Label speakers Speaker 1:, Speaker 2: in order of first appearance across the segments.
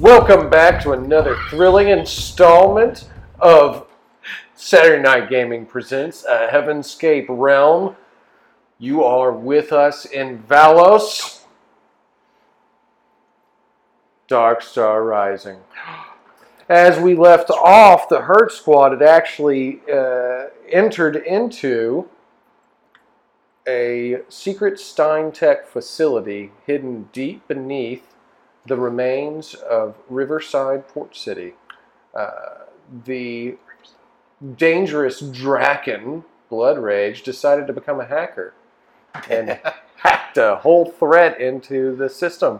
Speaker 1: Welcome back to another thrilling installment of Saturday Night Gaming presents a Heavenscape Realm. You are with us in Valos. Dark Star Rising. As we left off, the Hurt Squad had actually uh, entered into a secret Steintech facility hidden deep beneath the remains of Riverside Port City. Uh, the dangerous Draken, Blood Rage, decided to become a hacker and hacked a whole threat into the system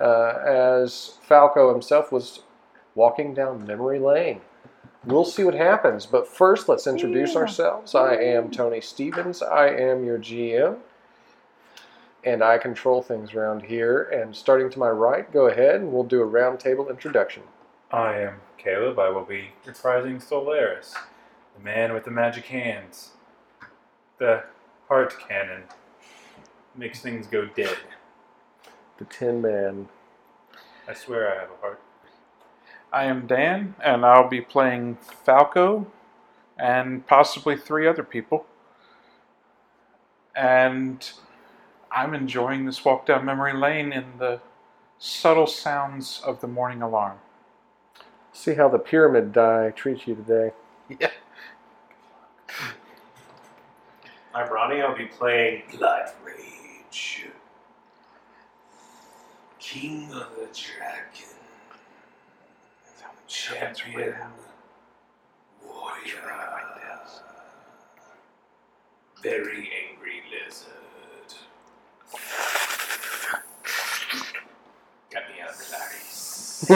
Speaker 1: uh, as Falco himself was walking down memory lane. We'll see what happens, but first let's introduce
Speaker 2: Yeah.
Speaker 1: ourselves. I am Tony Stevens, I am your GM and I control things around here. And starting to my right, go ahead and we'll do a roundtable introduction.
Speaker 3: I am Caleb. I will be reprising Solaris, the man with the magic hands, the heart cannon. Makes things go dead.
Speaker 1: The Tin Man.
Speaker 3: I swear I have a heart.
Speaker 4: I am Dan, and I'll be playing Falco and possibly three other people. And I'm enjoying this walk down memory lane in the subtle sounds of the morning alarm.
Speaker 1: See how the pyramid die treats you today.
Speaker 5: I'm Ronnie. I'll be playing Blood Rage, King of the Dragon, Champion Warrior, Very Angry Lizard. Got me out,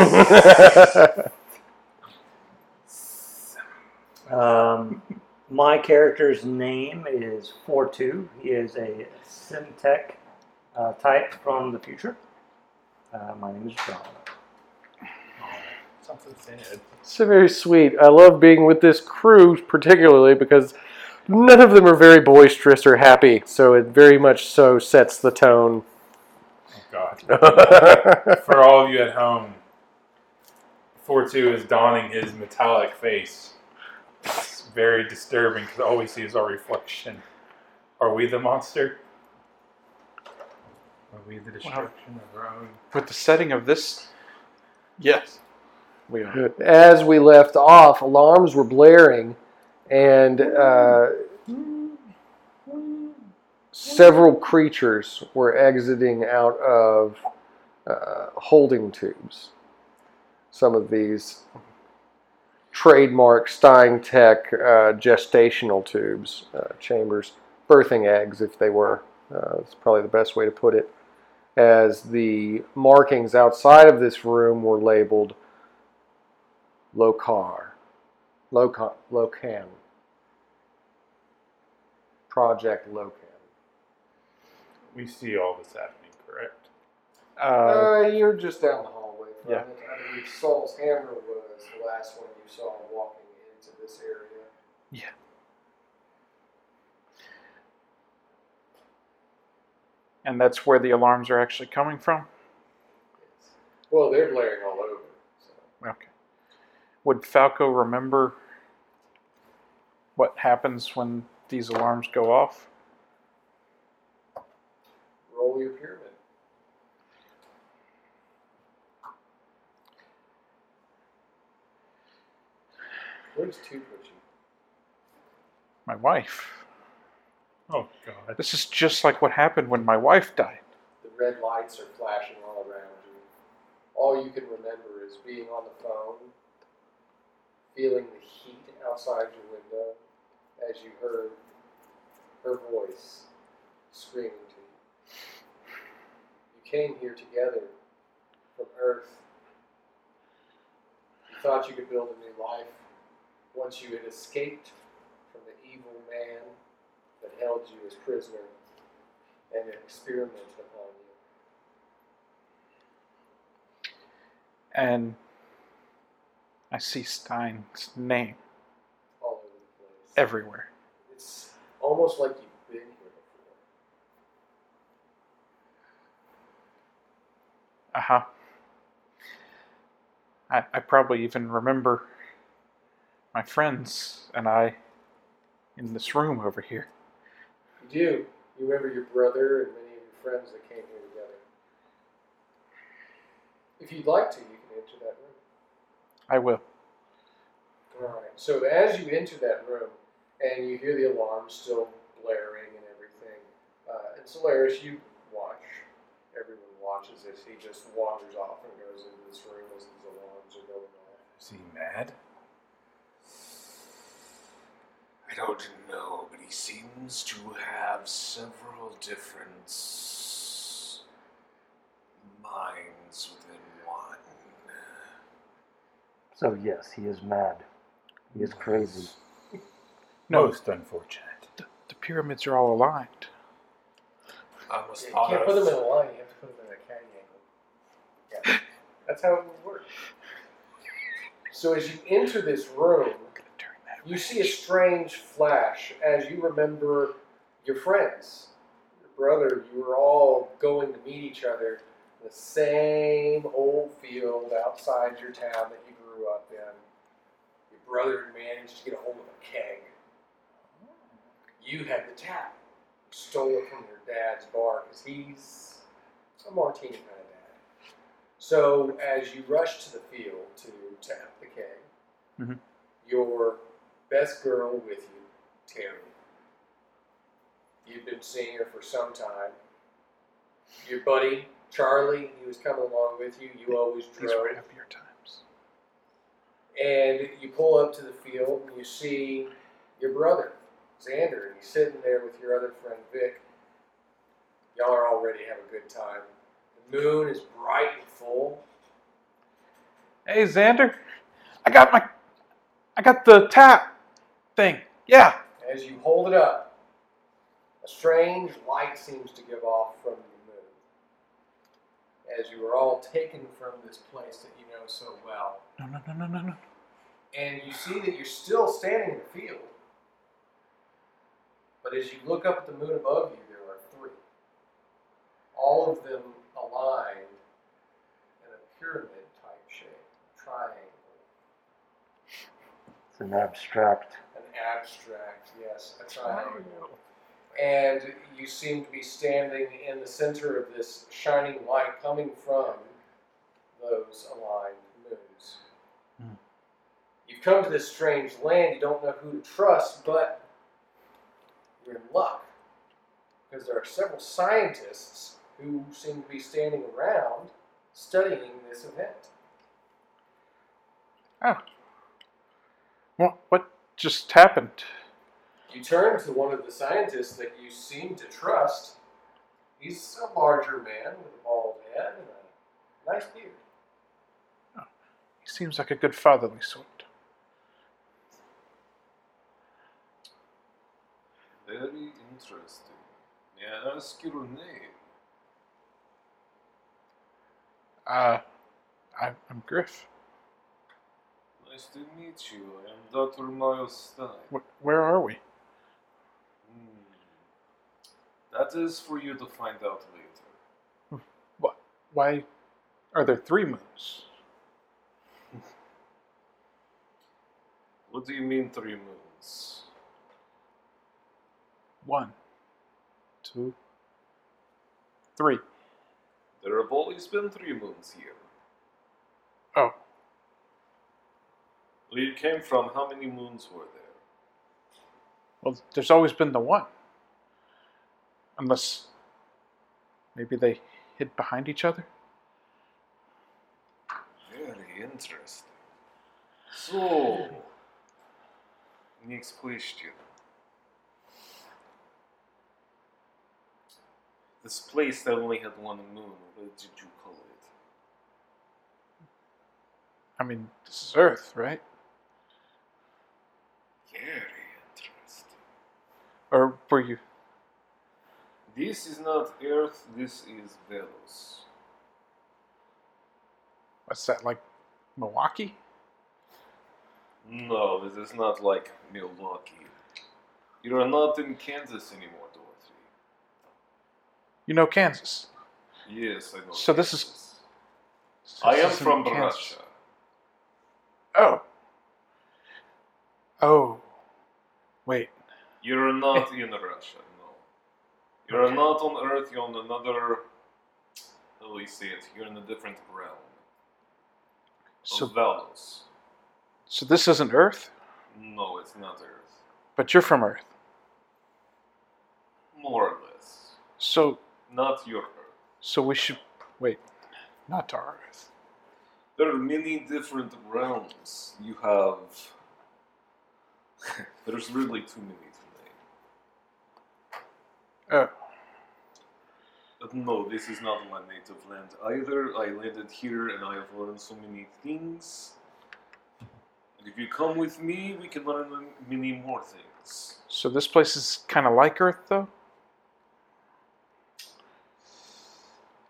Speaker 5: Clarice.
Speaker 2: Um, my character's name is Fortu. He is a Syntech uh, type from the future. Uh, my name is John.
Speaker 3: Something sad.
Speaker 1: so very sweet. I love being with this crew, particularly because none of them are very boisterous or happy. So it very much so sets the tone.
Speaker 3: Oh God. For all of you at home, Fortu is donning his metallic face. It's very disturbing because all we see is our reflection. Are we the monster? Are we the destruction of our own?
Speaker 4: With the setting of this, yes, we are.
Speaker 1: As we left off, alarms were blaring, and uh, several creatures were exiting out of uh, holding tubes. Some of these trademark Steintech uh, gestational tubes, uh, chambers, birthing eggs, if they were. Uh, it's probably the best way to put it. As the markings outside of this room were labeled Locar, Locan, Locan, Project Locan.
Speaker 3: We see all this happening, correct?
Speaker 4: Uh,
Speaker 1: you're just down the hallway. From
Speaker 4: Yeah.
Speaker 1: it. I believe Saul's hammer was the last one you saw walking into this area.
Speaker 4: Yeah. and that's where the alarms are actually coming from.
Speaker 1: Well, they're blaring all over. So.
Speaker 4: Okay. Would Falco remember what happens when these alarms go off?
Speaker 1: Roll your pyramid. Where does two put you?
Speaker 4: My wife.
Speaker 3: Oh God.
Speaker 4: This is just like what happened when my wife died.
Speaker 1: The red lights are flashing all around you. All you can remember is being on the phone, feeling the heat outside your window as you heard her voice screaming to you. You came here together from Earth. You thought you could build a new life once you had escaped from the evil man that held you as prisoner and experimented upon you.
Speaker 4: And I see Stein's name
Speaker 1: all over the place.
Speaker 4: everywhere.
Speaker 1: It's almost like you've been here before.
Speaker 4: Uh huh. Uh-huh. I, I probably even remember my friends and I in this room over here.
Speaker 1: You do. You remember your brother and many of your friends that came here together. If you'd like to, you can enter that room.
Speaker 4: I will.
Speaker 1: All right. So as you enter that room, and you hear the alarm still blaring and everything, uh, and Solaris, you watch. Everyone watches as he just wanders off and goes into this room as these alarms are going off.
Speaker 3: Is he mad?
Speaker 5: I don't know, but he seems to have several different s- minds within one.
Speaker 2: So yes, he is mad. He is crazy.
Speaker 4: No.
Speaker 3: Most unfortunate.
Speaker 4: The, the pyramids are all aligned.
Speaker 5: I must
Speaker 1: You
Speaker 5: honor
Speaker 1: can't put them in a line. You have to put them in a catty angle. Yeah. That's how it would work. So as you enter this room,
Speaker 4: During that.
Speaker 1: You see a strange flash as you remember your friends, your brother. You were all going to meet each other in the same old field outside your town that you grew up in. Your brother managed to get a hold of a keg. You had the tap, stole it from your dad's bar because he's a martini kind of dad. So as you rush to the field to tap the keg,
Speaker 4: Mhm.
Speaker 1: your best girl with you, Terry. You've been seeing her for some time. Your buddy, Charlie, he was coming along with you. You always
Speaker 4: These
Speaker 1: drove
Speaker 4: were happier times.
Speaker 1: and you pull up to the field and you see your brother, Xander, and he's sitting there with your other friend Vic. Y'all are already having a good time. The moon is bright and full.
Speaker 4: Hey Xander, I got my, I got the tap thing. Yeah,
Speaker 1: As you hold it up, a strange light seems to give off from the moon. As you are all taken from this place that you know so well.
Speaker 4: no, no, no, no, no, no.
Speaker 1: and you see that you're still standing in the field. But as you look up at the moon above you, there are three. All of them aligned in a pyramid type shape, triangle,
Speaker 2: It's an abstract.
Speaker 1: an abstract, yes, a triangle. And you seem to be standing in the center of this shining light coming from those aligned moons.
Speaker 4: Hmm.
Speaker 1: You've come to this strange land, you don't know who to trust, but you're in luck. Because there are several scientists who seem to be standing around studying this event.
Speaker 4: What, what just happened?
Speaker 1: You turn to one of the scientists that you seem to trust. He's a larger man with a bald head and a nice beard.
Speaker 4: He seems like a good fatherly sort.
Speaker 5: Very interesting. Yeah, ask your name.
Speaker 4: Uh, I, I'm Griff.
Speaker 5: Nice to meet you. I am Dr. Miles Stein.
Speaker 4: Wh- where are we?
Speaker 5: Hmm. That is for you to find out later.
Speaker 4: Why are there three moons?
Speaker 5: What do you mean three moons?
Speaker 4: One, two, three.
Speaker 5: There have always been three moons here.
Speaker 4: Oh,
Speaker 5: Where you came from, how many moons were there?
Speaker 4: well, there's always been the one. Unless maybe they hid behind each other?
Speaker 5: Very interesting. So, next question. This place that only had one moon, what did you call it?
Speaker 4: I mean, this is Earth, right?
Speaker 5: Very interesting.
Speaker 4: Or were you.
Speaker 5: This is not Earth, this is Velos.
Speaker 4: What's that, like Milwaukee?
Speaker 5: No, this is not like Milwaukee. You are not in Kansas anymore, Dorothy.
Speaker 4: You know Kansas.
Speaker 5: Yes, I know.
Speaker 4: So this
Speaker 5: Kansas.
Speaker 4: This
Speaker 5: I am
Speaker 4: isn't
Speaker 5: from
Speaker 4: Kansas.
Speaker 5: Russia.
Speaker 4: Oh. Oh. Wait.
Speaker 5: You're not in Russia, no. You're not on Earth, you're on another. How do we say it? You're in a different realm.
Speaker 4: So
Speaker 5: of Valos.
Speaker 4: so this isn't Earth,
Speaker 5: No, it's not Earth.
Speaker 4: but you're from Earth.
Speaker 5: More or less.
Speaker 4: So
Speaker 5: Not your Earth.
Speaker 4: so we should wait. Not to our Earth.
Speaker 5: There are many different realms. You have. There's really too many to
Speaker 4: Oh.
Speaker 5: name. But no, this is not my native land either. I landed here and I have learned so many things. And if you come with me, we can learn m- many more things.
Speaker 4: So this place is kind of like Earth, though.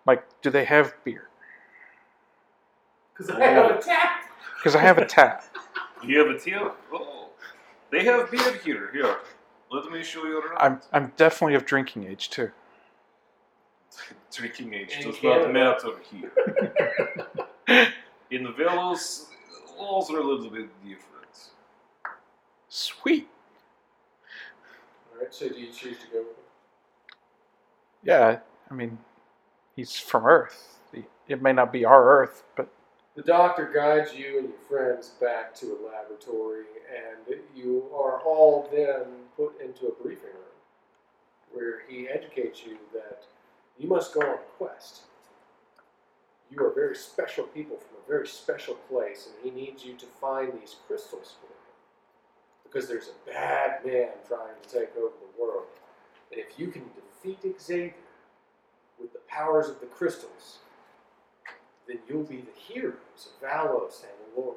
Speaker 4: Like, do they have beer?
Speaker 1: Because I have attacked.
Speaker 4: Because I have a tap.
Speaker 5: Do you have a tip? Oh, they have beer here. Here, let me show you around.
Speaker 4: I'm I'm definitely of drinking age too.
Speaker 5: drinking age
Speaker 1: In
Speaker 5: does
Speaker 1: Canada.
Speaker 5: not matter here. In the Velos, laws are a little bit different.
Speaker 4: Sweet.
Speaker 1: All right. So do you choose to go? with him?
Speaker 4: Yeah. I mean, he's from Earth. It may not be our Earth, but
Speaker 1: The doctor guides you and your friends back to a laboratory, and you are all then put into a briefing room where he educates you that you must go on a quest. You are very special people from a very special place, and he needs you to find these crystals for him because there's a bad man trying to take over the world. And if you can defeat Xavier with the powers of the crystals, then you'll be the heroes of Valos and Eloria.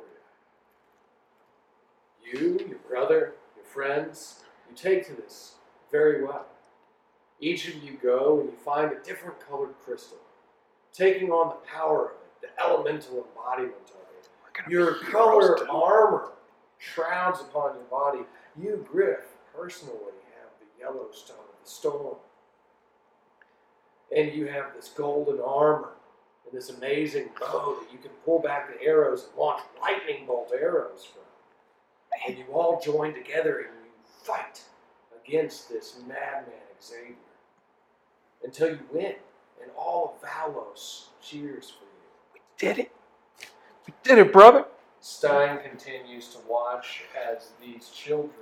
Speaker 1: You, your brother, your friends, you take to this very well. Each of you go and you find a different colored crystal, taking on the power of it, the elemental embodiment of it.
Speaker 4: we're gonna
Speaker 1: Your
Speaker 4: be
Speaker 1: color
Speaker 4: heroes, too.
Speaker 1: armor shrouds upon your body. You, Griff, personally have the yellow stone of the storm. And you have this golden armor and this amazing bow that you can pull back the arrows and launch lightning bolt arrows from. And you all join together and you fight against this madman Xavier until you win. And all of Valos cheers for you.
Speaker 4: Did it? We did it, brother.
Speaker 1: Stein continues to watch as these children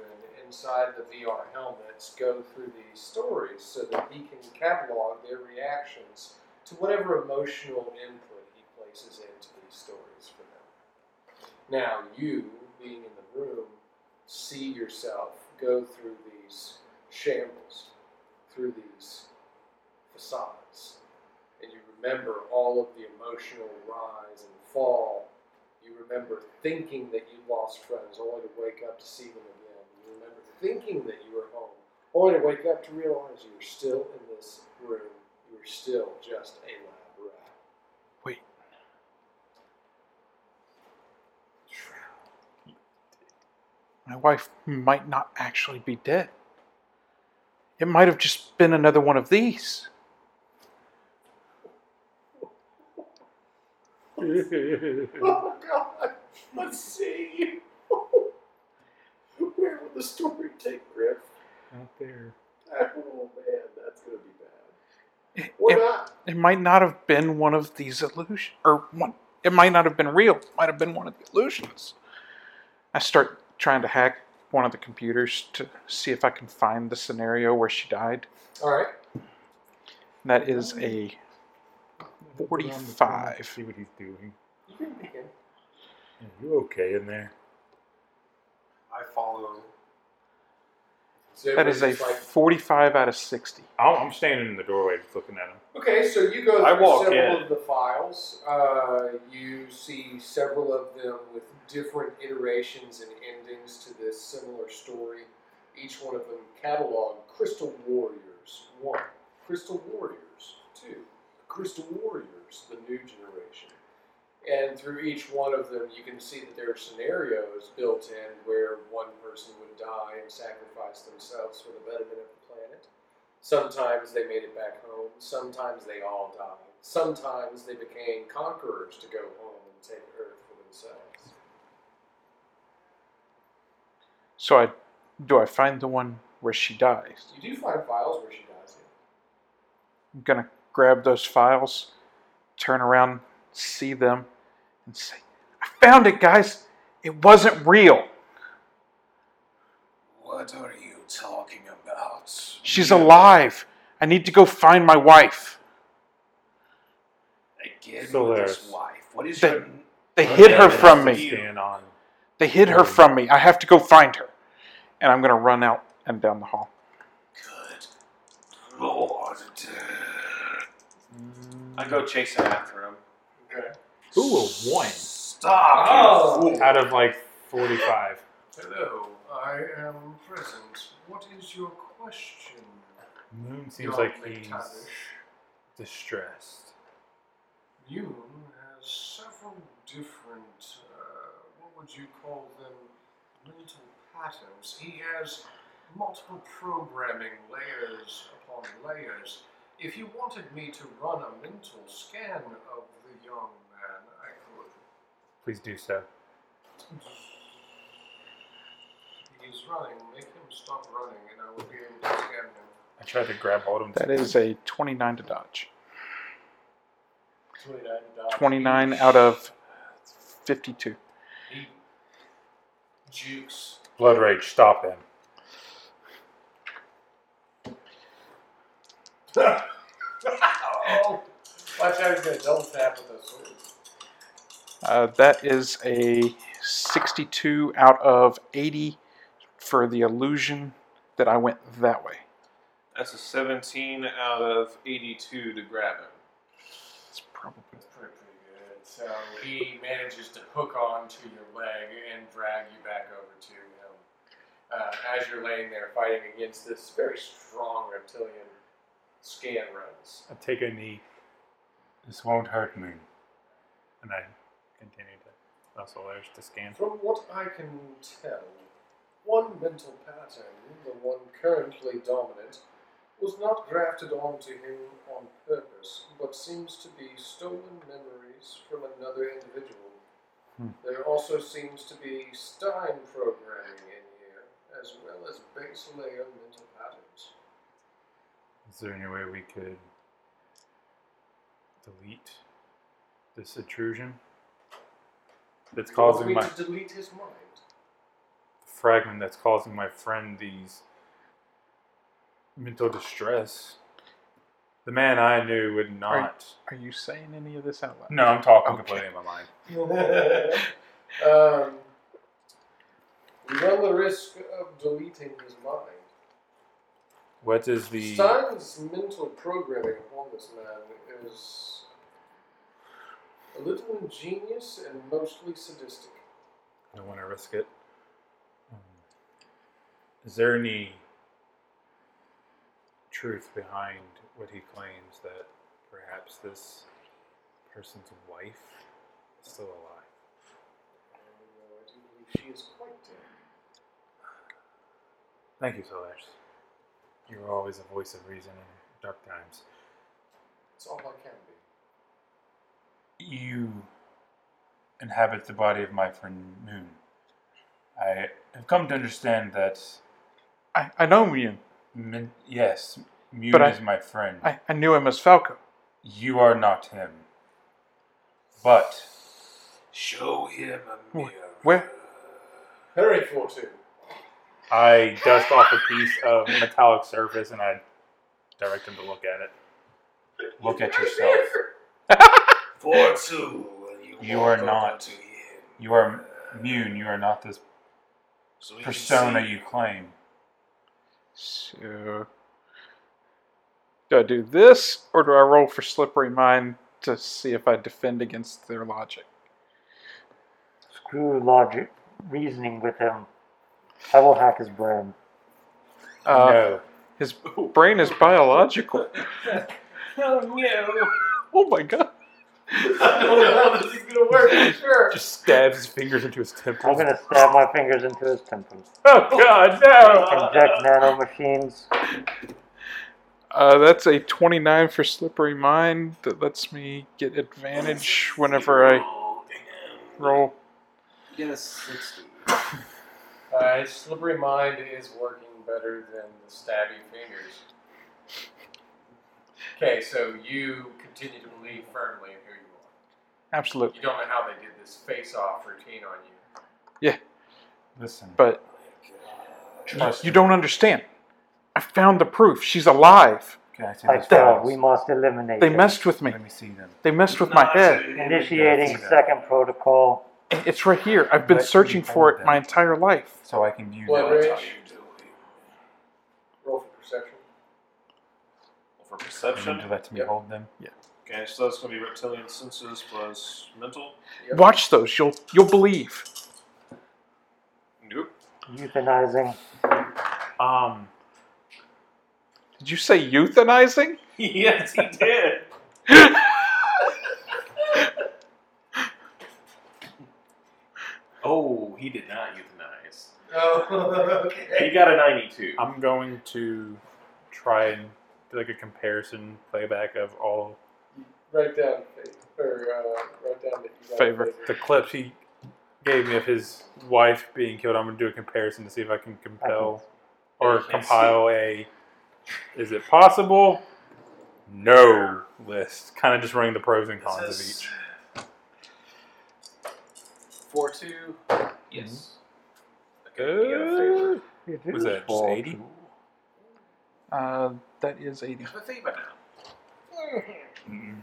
Speaker 1: inside the VR helmets go through these stories so that he can catalog their reactions to whatever emotional input he places into these stories for them. Now, you, being in the room, see yourself go through these shambles, through these facades, and you remember all of the emotional rise and fall you remember thinking that you lost friends, only to wake up to see them again. You remember thinking that you were home, only to wake up to realize you were still in this room. You were still just a lab rat.
Speaker 4: Wait. My wife might not actually be dead. It might have just been another one of these.
Speaker 1: Oh God! Let's see. Where will the story take, Griff?
Speaker 2: Out there.
Speaker 1: Oh man, that's gonna be bad.
Speaker 4: It,
Speaker 1: Or
Speaker 4: it-
Speaker 1: not.
Speaker 4: it might not have been one of these illusions, or one. It might not have been real. It might have been one of the illusions. I start trying to hack one of the computers to see if I can find the scenario where she died.
Speaker 1: All right.
Speaker 4: That is a 45.
Speaker 3: See what he's doing.
Speaker 1: You can begin.
Speaker 3: Yeah, you okay in there?
Speaker 5: I follow.
Speaker 1: So
Speaker 4: that is a
Speaker 1: everybody's like,
Speaker 4: 45 out of 60.
Speaker 3: I'm, I'm standing in the doorway, just looking at him.
Speaker 1: Okay, so you go
Speaker 5: I
Speaker 1: through
Speaker 5: walk
Speaker 1: several
Speaker 5: in.
Speaker 1: of the files. Uh, you see several of them with different iterations and endings to this similar story. Each one of them cataloged Crystal Warriors 1, Crystal Warriors 2, Crystal Warriors, the new generation. And through each one of them, you can see that there are scenarios built in where one person would die and sacrifice themselves for the betterment of the planet. Sometimes they made it back home. Sometimes they all died. Sometimes they became conquerors to go home and take Earth for themselves.
Speaker 4: So I do I find the one where she dies?
Speaker 1: You do find files where she dies.
Speaker 4: I'm gonna grab those files, turn around, see them, and say, I found it, guys. It wasn't real.
Speaker 5: What are you talking about?
Speaker 4: She's alive. I need to go find my wife.
Speaker 5: Again
Speaker 3: Solaris.
Speaker 5: with his wife. What is
Speaker 4: They-
Speaker 5: your
Speaker 4: They hid her
Speaker 3: Yeah,
Speaker 4: from
Speaker 3: that's
Speaker 4: me.
Speaker 3: a Stand on.
Speaker 4: They hid her from me. I have to go find her. And I'm going to run out and down the hall.
Speaker 5: good lord? I go chasing after him.
Speaker 1: Okay.
Speaker 3: Who will one
Speaker 5: Stop!
Speaker 1: Oh.
Speaker 5: you fool.
Speaker 3: out of like forty-five?
Speaker 1: Hello, I am present. What is your question?
Speaker 3: Moon seems
Speaker 1: Young
Speaker 3: like he's
Speaker 1: McTavish?
Speaker 3: distressed.
Speaker 1: Yoon has several different, uh, what would you call them, mental patterns. He has multiple programming layers upon layers. If you wanted me to run a mental scan of the young man, I could.
Speaker 3: Please do so.
Speaker 1: He's running. Make him stop running, and I will be able to scan him.
Speaker 3: I tried to grab hold of him.
Speaker 4: That is a 29 to dodge.
Speaker 1: 29
Speaker 4: 29 out of 52.
Speaker 1: He jukes.
Speaker 3: Blood rage. Stop him.
Speaker 1: Oh! Watch out, he's going to double tap with a sword.
Speaker 4: Uh, that is a 62 out of 80 for the illusion that I went that way.
Speaker 5: That's a 17 out of 82 to grab him.
Speaker 4: It's probably
Speaker 1: That's pretty, pretty good. So he manages to hook on to your leg and drag you back over to him. Uh, as you're laying there fighting against this very strong reptilian scan runs.
Speaker 3: I take a knee. This won't hurt me. And I continue to muscle there's to scan.
Speaker 1: From what I can tell, one mental pattern, the one currently dominant, was not grafted onto him on purpose, but seems to be stolen memories from another individual.
Speaker 4: Hmm.
Speaker 1: There also seems to be Stein programming in here, as well as base layer mental patterns.
Speaker 3: Is there any way we could delete this intrusion that's
Speaker 1: You want
Speaker 3: causing
Speaker 1: me
Speaker 3: my
Speaker 1: to delete his mind.
Speaker 3: fragment that's causing my friend these mental distress? The man I knew would not.
Speaker 4: Are you saying any of this out loud?
Speaker 3: No, I'm talking
Speaker 4: Okay.
Speaker 3: completely in my mind.
Speaker 1: um, you run the risk of deleting his mind.
Speaker 3: What is the
Speaker 1: Stein's mental programming upon this man is a little ingenious and mostly sadistic.
Speaker 3: I don't want to risk it. Um, Is there any truth behind what he claims that perhaps this person's wife is still alive?
Speaker 1: And, uh, I do believe she is quite dead.
Speaker 3: Thank you, Solaris. You were always a voice of reason in dark times.
Speaker 1: It's all I can be.
Speaker 3: You inhabit the body of my friend Moon. I have come to understand that,
Speaker 4: I, I know you.
Speaker 3: Min- yes, Moon
Speaker 4: But I-
Speaker 3: is my friend.
Speaker 4: I, I knew him as Falco.
Speaker 3: you are not him. But
Speaker 5: Show him a mirror.
Speaker 4: Where?
Speaker 1: Hurry, Fortune.
Speaker 3: I dust off a piece of metallic surface and I direct him to look at it. Look at yourself.
Speaker 5: For two. and You,
Speaker 3: You
Speaker 5: walk
Speaker 3: are
Speaker 5: over
Speaker 3: not.
Speaker 5: To him.
Speaker 3: You are immune. You are not this
Speaker 5: So he can
Speaker 3: persona
Speaker 5: see-
Speaker 3: you claim.
Speaker 4: So, do I do this or do I roll for Slippery Mind to see if I defend against their logic?
Speaker 2: Screw logic, reasoning with him. I will hack his brain.
Speaker 4: Uh,
Speaker 3: no.
Speaker 4: His brain is biological.
Speaker 5: Oh, no.
Speaker 4: Oh my god.
Speaker 1: I don't know how this is going to work, for sure.
Speaker 3: Just stabs his fingers into his
Speaker 2: I'm
Speaker 3: temples.
Speaker 2: gonna stab my fingers into his temples.
Speaker 3: Oh god, no!
Speaker 2: Inject nanomachines.
Speaker 4: Uh, that's a 29 for Slippery Mind that lets me get advantage whenever I
Speaker 5: Oh, damn.
Speaker 4: roll.
Speaker 5: Get a 60.
Speaker 1: Uh, his slippery mind is working better than the stabby fingers. Okay, so you continue to believe firmly in who you are.
Speaker 4: Absolutely.
Speaker 1: You don't know how they did this face-off routine on you.
Speaker 3: Listen,
Speaker 4: But
Speaker 3: trust
Speaker 4: you
Speaker 3: me.
Speaker 4: don't understand. I found the proof. She's alive.
Speaker 3: Can I see
Speaker 2: I
Speaker 3: those
Speaker 2: thought
Speaker 3: files?
Speaker 2: we must eliminate
Speaker 4: They
Speaker 2: them.
Speaker 4: messed with me.
Speaker 3: Let me see them.
Speaker 4: They messed with my head.
Speaker 2: Initiating second protocol.
Speaker 4: And It's right here. I've been
Speaker 3: Let me
Speaker 4: searching for
Speaker 3: hold
Speaker 4: it my
Speaker 3: them.
Speaker 4: entire life.
Speaker 3: So I can view
Speaker 1: Blood
Speaker 3: them.
Speaker 1: rage. Roll for perception.
Speaker 5: For
Speaker 3: You need
Speaker 5: perception,
Speaker 3: to let me
Speaker 1: Yep.
Speaker 3: hold them.
Speaker 5: okay, so that's going to be reptilian senses plus mental.
Speaker 1: Yep.
Speaker 4: Watch those. You'll you'll believe.
Speaker 5: Nope.
Speaker 2: Euthanizing.
Speaker 3: Um,
Speaker 4: Did you say euthanizing?
Speaker 5: yes, he did. Oh, he did not euthanize.
Speaker 1: Oh,
Speaker 5: He
Speaker 1: okay.
Speaker 5: got a 92.
Speaker 3: I'm going to try and do like a comparison playback of all
Speaker 1: Write down, fa- or uh, write down that you got a
Speaker 4: Favor.
Speaker 3: the clips he gave me of his wife being killed. I'm going to do a comparison to see if I can compel or
Speaker 5: I can't
Speaker 3: compile a is it possible? No list. Kind of just running the pros and cons of each.
Speaker 5: Four two. Yes. Okay, you got a favor.
Speaker 4: Uh,
Speaker 3: Was that just 80?
Speaker 4: uh, that is 80.
Speaker 5: Have a favor now.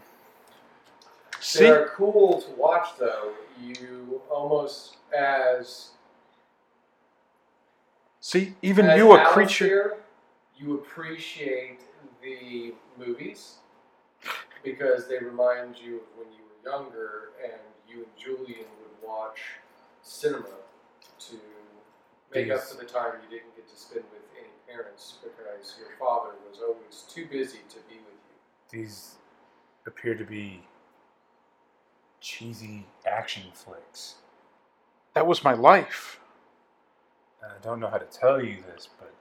Speaker 1: They
Speaker 4: See?
Speaker 1: are cool to watch, though. You almost as
Speaker 4: See? Even
Speaker 1: as
Speaker 4: you, a
Speaker 1: Alice
Speaker 4: creature.
Speaker 1: here, you appreciate the movies because they remind you of when you were younger, and you and Julian would watch cinema to make up
Speaker 3: These-
Speaker 1: for the time you didn't get to spend with any parents because your father was always too busy to be with you.
Speaker 3: These appear to be cheesy action flicks.
Speaker 4: That was my life.
Speaker 3: And I don't know how to tell you this, but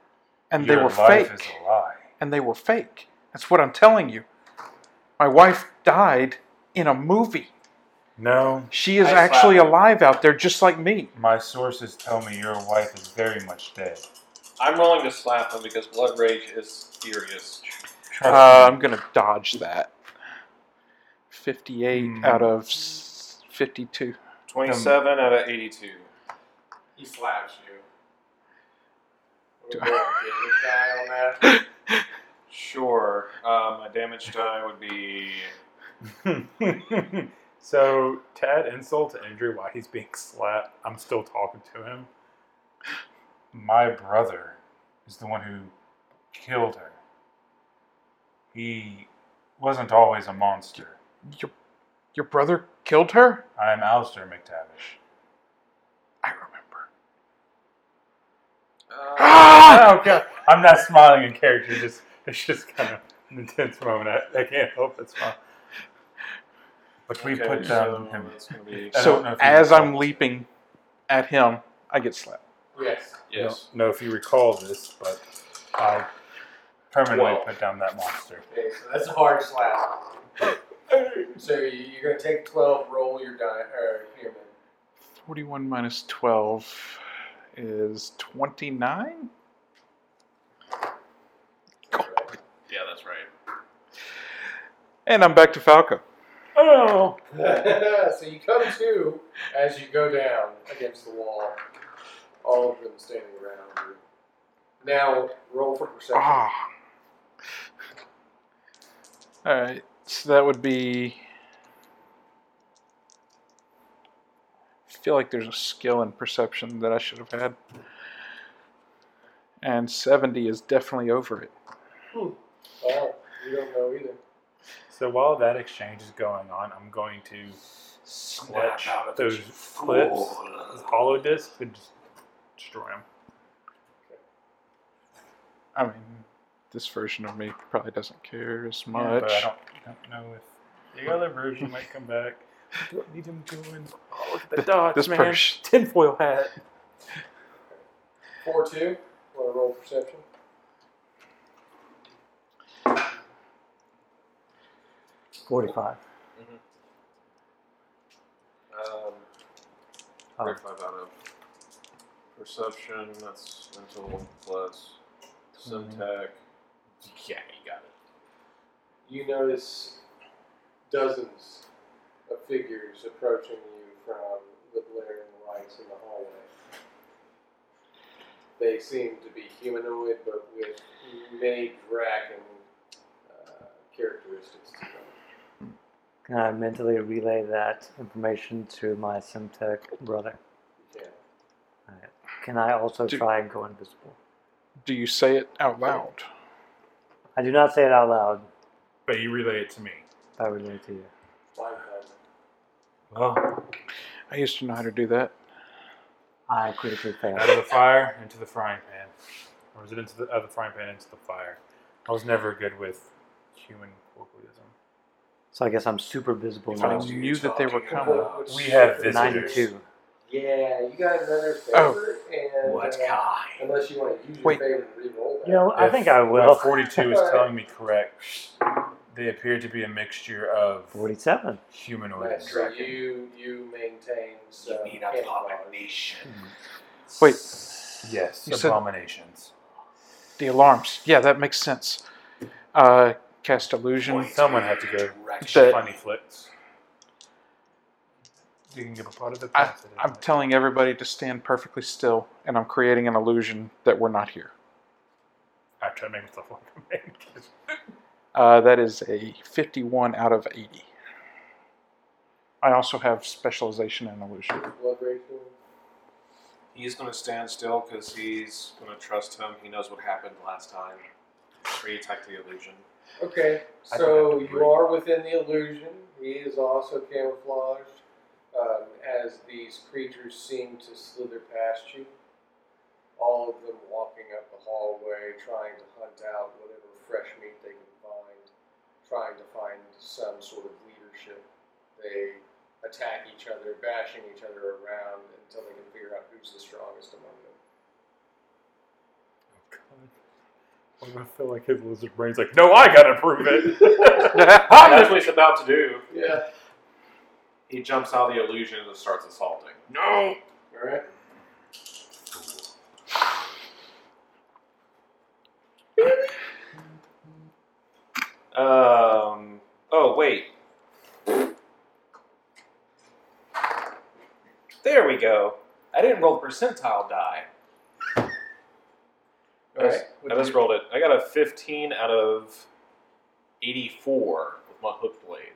Speaker 4: And
Speaker 3: your
Speaker 4: they were
Speaker 3: life
Speaker 4: fake.
Speaker 3: is a lie.
Speaker 4: And they were fake. That's what I'm telling you. My wife died in a movie.
Speaker 3: No,
Speaker 4: She is
Speaker 5: I slapped
Speaker 4: actually
Speaker 5: her.
Speaker 4: alive out there, just like me.
Speaker 3: my sources tell me your wife is very much dead.
Speaker 5: I'm rolling to slap him because blood rage is furious.
Speaker 3: Trust
Speaker 4: Uh,
Speaker 3: me.
Speaker 4: I'm going to dodge that. 58
Speaker 3: Hmm.
Speaker 4: out of s- 52.
Speaker 5: 27 out of 82.
Speaker 1: He slaps you.
Speaker 4: Do
Speaker 1: Roll a damage die on that.
Speaker 5: Sure. Um, a damage die would be.
Speaker 3: so to add insult to injury while he's being slapped, I'm still talking to him. My brother is the one who killed her. He wasn't always a monster.
Speaker 4: Your, your brother killed her?
Speaker 3: I am Alistair McTavish.
Speaker 4: I remember.
Speaker 5: Uh,
Speaker 4: Ah!
Speaker 3: Okay. I'm not smiling in character, just it's just kind of an intense moment. I, I can't help but smile. But we
Speaker 5: okay,
Speaker 3: put um,
Speaker 5: so
Speaker 3: down him.
Speaker 5: that's gonna be-
Speaker 3: I don't know
Speaker 4: So
Speaker 3: if you
Speaker 4: as
Speaker 3: recall.
Speaker 4: I'm leaping at him, I get slapped.
Speaker 1: Yes.
Speaker 5: Yes.
Speaker 3: I don't know if you recall this, but I permanently
Speaker 5: Well.
Speaker 3: put down that monster.
Speaker 1: Okay, so that's a hard slap. so you- you're gonna take twelve. Roll your die. Or your
Speaker 4: 41 minus 12 is 29?
Speaker 5: Yeah, that's right.
Speaker 4: And I'm back to Falco.
Speaker 3: Oh,
Speaker 1: so you come to as you go down against the wall. All of them standing around you. Now roll for perception.
Speaker 4: Ah. All right. So that would be. I feel like there's a skill in perception that I should have had. And 70 is definitely over it.
Speaker 1: Oh, you don't know either.
Speaker 3: So while that exchange is going on, I'm going to clutch those clips, those hollow discs, and just destroy them.
Speaker 4: I mean, this version of me probably doesn't care as
Speaker 3: Yeah,
Speaker 4: much.
Speaker 3: but I don't, don't know if the other version might come back. I don't need him going. Oh, look at the dodge,
Speaker 4: this
Speaker 3: man.
Speaker 4: pers-
Speaker 3: Tinfoil hat.
Speaker 1: Four two. Want to roll perception?
Speaker 2: Forty-five.
Speaker 5: Um,
Speaker 2: Oh.
Speaker 5: 35 out of Perception, that's mental plus syntax. Mm-hmm. Yeah, you got it.
Speaker 1: You notice dozens of figures approaching you from the blaring lights in the hallway. They seem to be humanoid, but with many dragon uh, characteristics to them.
Speaker 2: Can I uh, mentally relay that information to my Simtech brother?
Speaker 1: You can.
Speaker 2: Can I also
Speaker 4: Do-
Speaker 2: try and go invisible?
Speaker 4: Do you say it out loud?
Speaker 2: I do not say it out loud.
Speaker 3: But you relay it to me.
Speaker 2: I relay to you.
Speaker 1: Blind them.
Speaker 3: Well,
Speaker 4: I used to know how to do that.
Speaker 2: I critically
Speaker 3: out of
Speaker 2: failed.
Speaker 3: the fire into the frying pan, or was it into the, out of the frying pan into the fire? I was never good with human colloquialism.
Speaker 2: So I guess I'm super visible
Speaker 4: If I
Speaker 2: now.
Speaker 5: Wow.
Speaker 4: knew that they were coming.
Speaker 3: We had visitors.
Speaker 2: 92.
Speaker 1: Yeah, you got another favor,
Speaker 4: Oh.
Speaker 1: and uh, unless you want to use your
Speaker 4: Wait.
Speaker 1: favor to re-roll that.
Speaker 2: You know, I
Speaker 3: If
Speaker 2: think I
Speaker 3: my
Speaker 2: will.
Speaker 3: 42 is telling me correct. They appear to be a mixture of
Speaker 2: 47.
Speaker 3: humanoid
Speaker 1: Right,
Speaker 3: and
Speaker 1: so
Speaker 3: dragon.
Speaker 1: you you maintain some
Speaker 6: need
Speaker 1: camouflage.
Speaker 4: Wait,
Speaker 3: Yes,
Speaker 4: You said-
Speaker 3: abominations.
Speaker 4: the alarms. Yeah, that makes sense. Uh, cast illusion.
Speaker 3: Someone had to go
Speaker 4: That
Speaker 3: funny flicks. You can give a part of the
Speaker 4: I- I'm telling everybody to stand perfectly still, and I'm creating an illusion that we're not here.
Speaker 3: I try to make myself look amazing.
Speaker 4: Uh, that is a 51 out of 80. I also have specialization in illusion.
Speaker 1: Blood ritual.
Speaker 5: He's going to stand still because he's going to trust him. He knows what happened last time. He attacked the illusion.
Speaker 1: Okay,
Speaker 3: I
Speaker 1: so
Speaker 3: don't have to
Speaker 1: you are within the illusion. He is also camouflaged, um, as these creatures seem to slither past you. All of them walking up the hallway, trying to hunt out whatever fresh meat they can find, trying to find some sort of leadership. They attack each other, bashing each other around until they can figure out who's the strongest among them.
Speaker 3: I'm gonna feel like his lizard brain's like, no, I gotta prove it.
Speaker 5: That's what he's about to do.
Speaker 1: Yeah.
Speaker 5: He jumps out of the illusion and starts assaulting.
Speaker 3: no.
Speaker 1: All right.
Speaker 5: Um. Oh wait. There we go. I didn't roll the percentile die. I just, I just rolled it. I got a 15 out of 84 with my hook blade.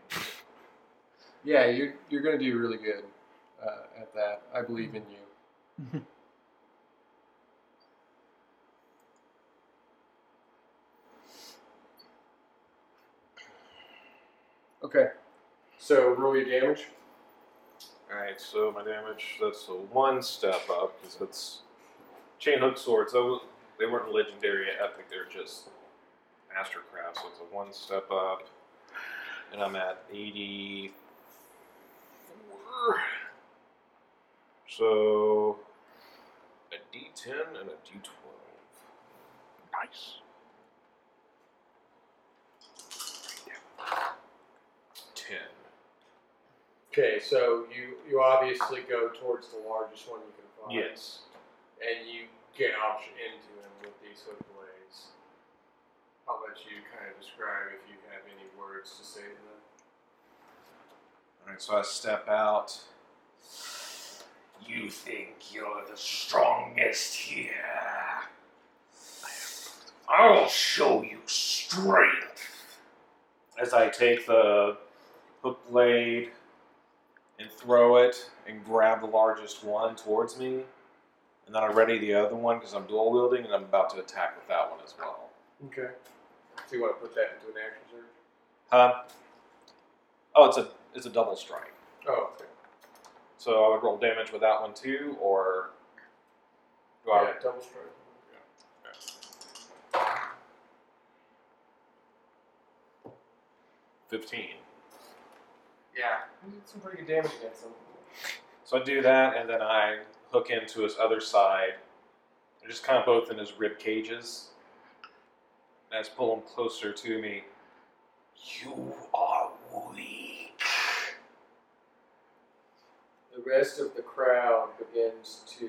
Speaker 1: Yeah, you're, you're going to do really good uh, at that. I believe in you. okay. So roll your damage.
Speaker 5: All right, so my damage. That's a one step up because that's chain hook swords. Those they weren't legendary epic. They're just master crafts. So it's a one step up, and I'm at eighty four. So a D ten and a D twelve.
Speaker 4: Nice.
Speaker 5: Ten.
Speaker 1: Okay, so you you obviously go towards the largest one you can find.
Speaker 5: Yes.
Speaker 1: And you gouge into him with these hook blades. I'll let you kind of describe if you have any words to say to them.
Speaker 5: All right, so I step out.
Speaker 6: You think you're the strongest here? I'll show you strength.
Speaker 5: as I take the hook blade and throw it and grab the largest one towards me, and then I ready the other one because I'm dual wielding and I'm about to attack with that one as well.
Speaker 1: Okay. Do you want to put that into an action surge?
Speaker 5: Huh? Oh, it's a it's a double strike.
Speaker 1: Oh, okay.
Speaker 5: So I would roll damage with that one too, or do I?
Speaker 1: Yeah, double strike.
Speaker 5: Fifteen.
Speaker 1: Yeah. You did some pretty good damage against them.
Speaker 5: So I do that, and then I hook into his other side. They're just kind of both in his rib cages. And I just pull him closer to me.
Speaker 6: You are weak.
Speaker 1: The rest of the crowd begins to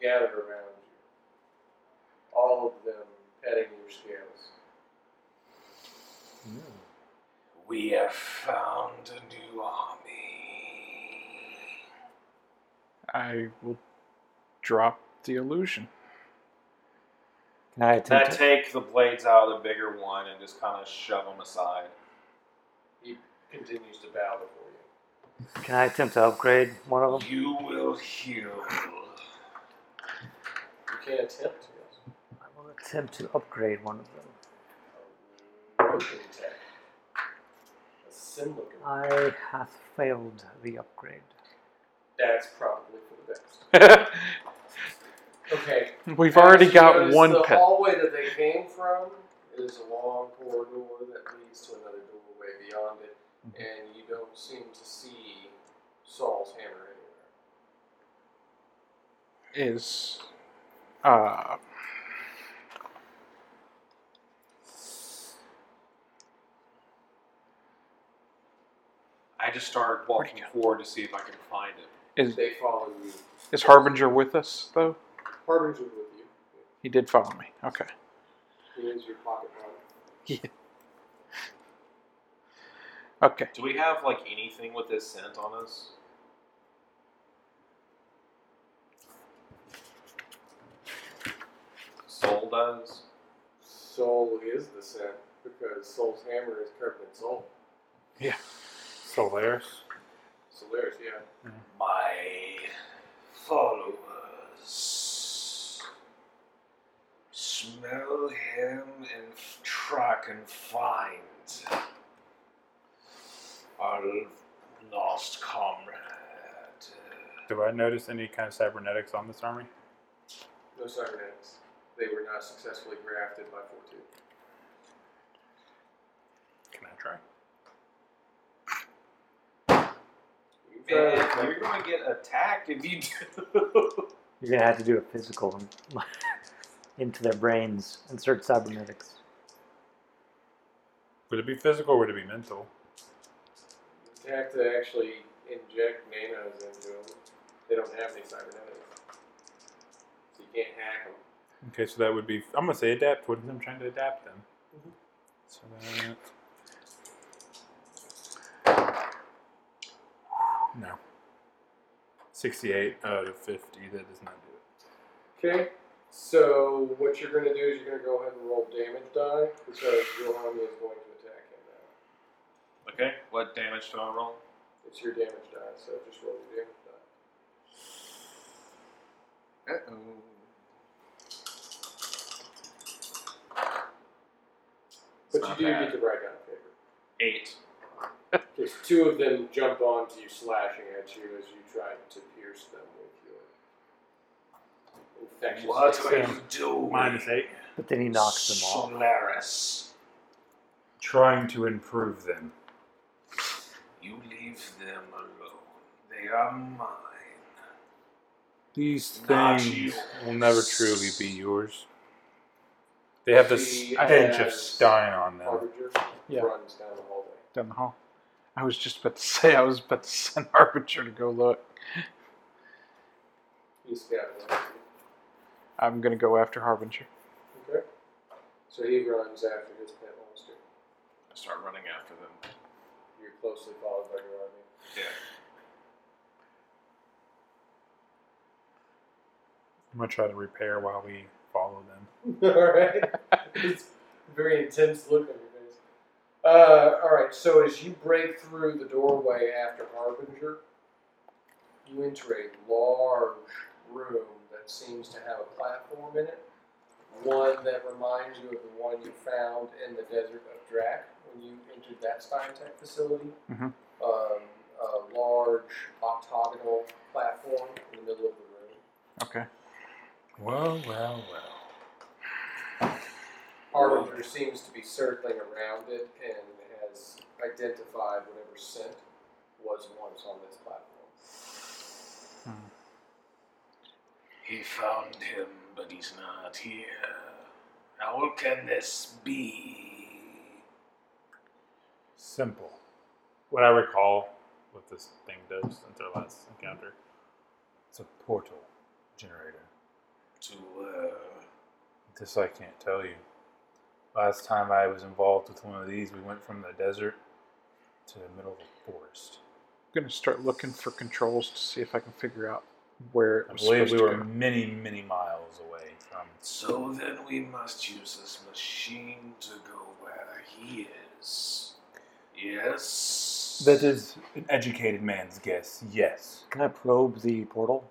Speaker 1: gathered around you, all of them petting your scales.
Speaker 6: We have found a new army.
Speaker 4: I will drop the illusion.
Speaker 2: Can I
Speaker 5: Can I
Speaker 2: attempt? it?
Speaker 5: take the blades out of the bigger one and just kind of shove them aside?
Speaker 1: He continues to bow before you.
Speaker 2: Can I attempt to upgrade one of them?
Speaker 6: You will heal.
Speaker 1: You can attempt to.
Speaker 2: I will attempt to upgrade one of them.
Speaker 1: Broken attack. A symbol.
Speaker 2: I have failed the upgrade.
Speaker 1: That's probably for the best. Okay.
Speaker 4: We've already
Speaker 1: As you
Speaker 4: got
Speaker 1: notice,
Speaker 4: one
Speaker 1: The
Speaker 4: pet.
Speaker 1: hallway that they came from is a long corridor that leads to another doorway beyond it,
Speaker 4: Mm-hmm.
Speaker 1: and you don't seem to see Saul's hammer anywhere.
Speaker 4: Is uh,
Speaker 5: I just started walking forward to see if I can find it.
Speaker 4: is
Speaker 1: They follow you.
Speaker 4: is Harbinger with us though?
Speaker 1: Harbinger's with you.
Speaker 4: He did follow me. Okay.
Speaker 1: He is your pocket pilot.
Speaker 4: Okay.
Speaker 5: Do we have like anything with this scent on us? Soul does.
Speaker 1: Soul is the scent because Soul's hammer is covered in soul.
Speaker 3: Solaris.
Speaker 1: Solaris, yeah.
Speaker 6: My followers. Smell him and f- track and find our lost comrade.
Speaker 3: Do I notice any kind of cybernetics on this army?
Speaker 1: No cybernetics. They were not successfully grafted by Fortune.
Speaker 3: Can I try?
Speaker 1: You
Speaker 5: Man,
Speaker 1: can try
Speaker 5: you're
Speaker 1: to-
Speaker 5: gonna get attacked if you do.
Speaker 2: You're gonna have to do a physical and into their brains. Insert cybernetics.
Speaker 3: Would it be physical or would it be mental?
Speaker 1: you have to actually inject nanos into them. They don't have any cybernetics. So you can't hack them.
Speaker 3: Okay, so that would be. I'm gonna say adapt. What is I'm trying to adapt them? So that. No. 68 out of 50. That does not do it.
Speaker 1: Okay. So what you're going to do is you're going to go ahead and roll damage die because your army is going to attack him now.
Speaker 5: Okay, what damage do I roll?
Speaker 1: It's your damage die, so just roll your damage die.
Speaker 5: Uh-oh.
Speaker 1: But
Speaker 5: It's not
Speaker 1: you do
Speaker 5: bad.
Speaker 1: get to write down a favor.
Speaker 5: Eight.
Speaker 1: Because two of them jump onto you, slashing at you as you try to pierce them with your infectious.
Speaker 6: What are
Speaker 3: Sam,
Speaker 6: you doing?
Speaker 3: Minus 8.
Speaker 2: But then he knocks them off.
Speaker 6: Solaris,
Speaker 3: Trying to improve them.
Speaker 6: you leave them alone. They are mine.
Speaker 3: These
Speaker 6: Not
Speaker 3: things
Speaker 6: you.
Speaker 3: will never truly be yours. They have the
Speaker 1: She
Speaker 3: stench of
Speaker 1: has-
Speaker 3: Stein on them.
Speaker 1: Harbinger
Speaker 4: Yeah.
Speaker 1: runs down the hallway.
Speaker 4: Down the hall. I was just about to say I was about to send Harbinger to go look.
Speaker 1: He's got one.
Speaker 4: I'm gonna go after Harbinger.
Speaker 1: Okay. So he runs after his pet monster.
Speaker 5: I start running after them.
Speaker 1: You're closely followed by your army.
Speaker 5: Yeah.
Speaker 3: I'm gonna try to repair while we follow them.
Speaker 1: Alright. it's a very intense look on your face. Uh, Alright, so as you break through the doorway after Harbinger, you enter a large room that seems to have a platform in it. One that reminds you of the one you found in the desert of Drac when you entered that Steinbeck facility.
Speaker 4: Mhm.
Speaker 1: Um, a large octagonal platform in the middle of the room.
Speaker 4: Okay.
Speaker 3: Well, well, well.
Speaker 1: Harbinger seems to be circling around it and has identified whatever scent was once on this platform.
Speaker 6: He found him, but he's not here. How can this be?
Speaker 3: Simple. What I recall what this thing does since our last encounter. It's a portal generator.
Speaker 6: to uh, where?
Speaker 3: This I can't tell you. Last time I was involved with one of these, we went from the desert to the middle of the forest.
Speaker 4: I'm gonna start looking for controls to see if I can figure out where it
Speaker 3: I
Speaker 4: was
Speaker 3: believe
Speaker 4: supposed
Speaker 3: we
Speaker 4: to
Speaker 3: were
Speaker 4: go.
Speaker 3: many, many miles away from.
Speaker 6: So then we must use this machine to go where he is. Yes?
Speaker 3: That is an educated man's guess. Yes.
Speaker 2: Can I probe the portal?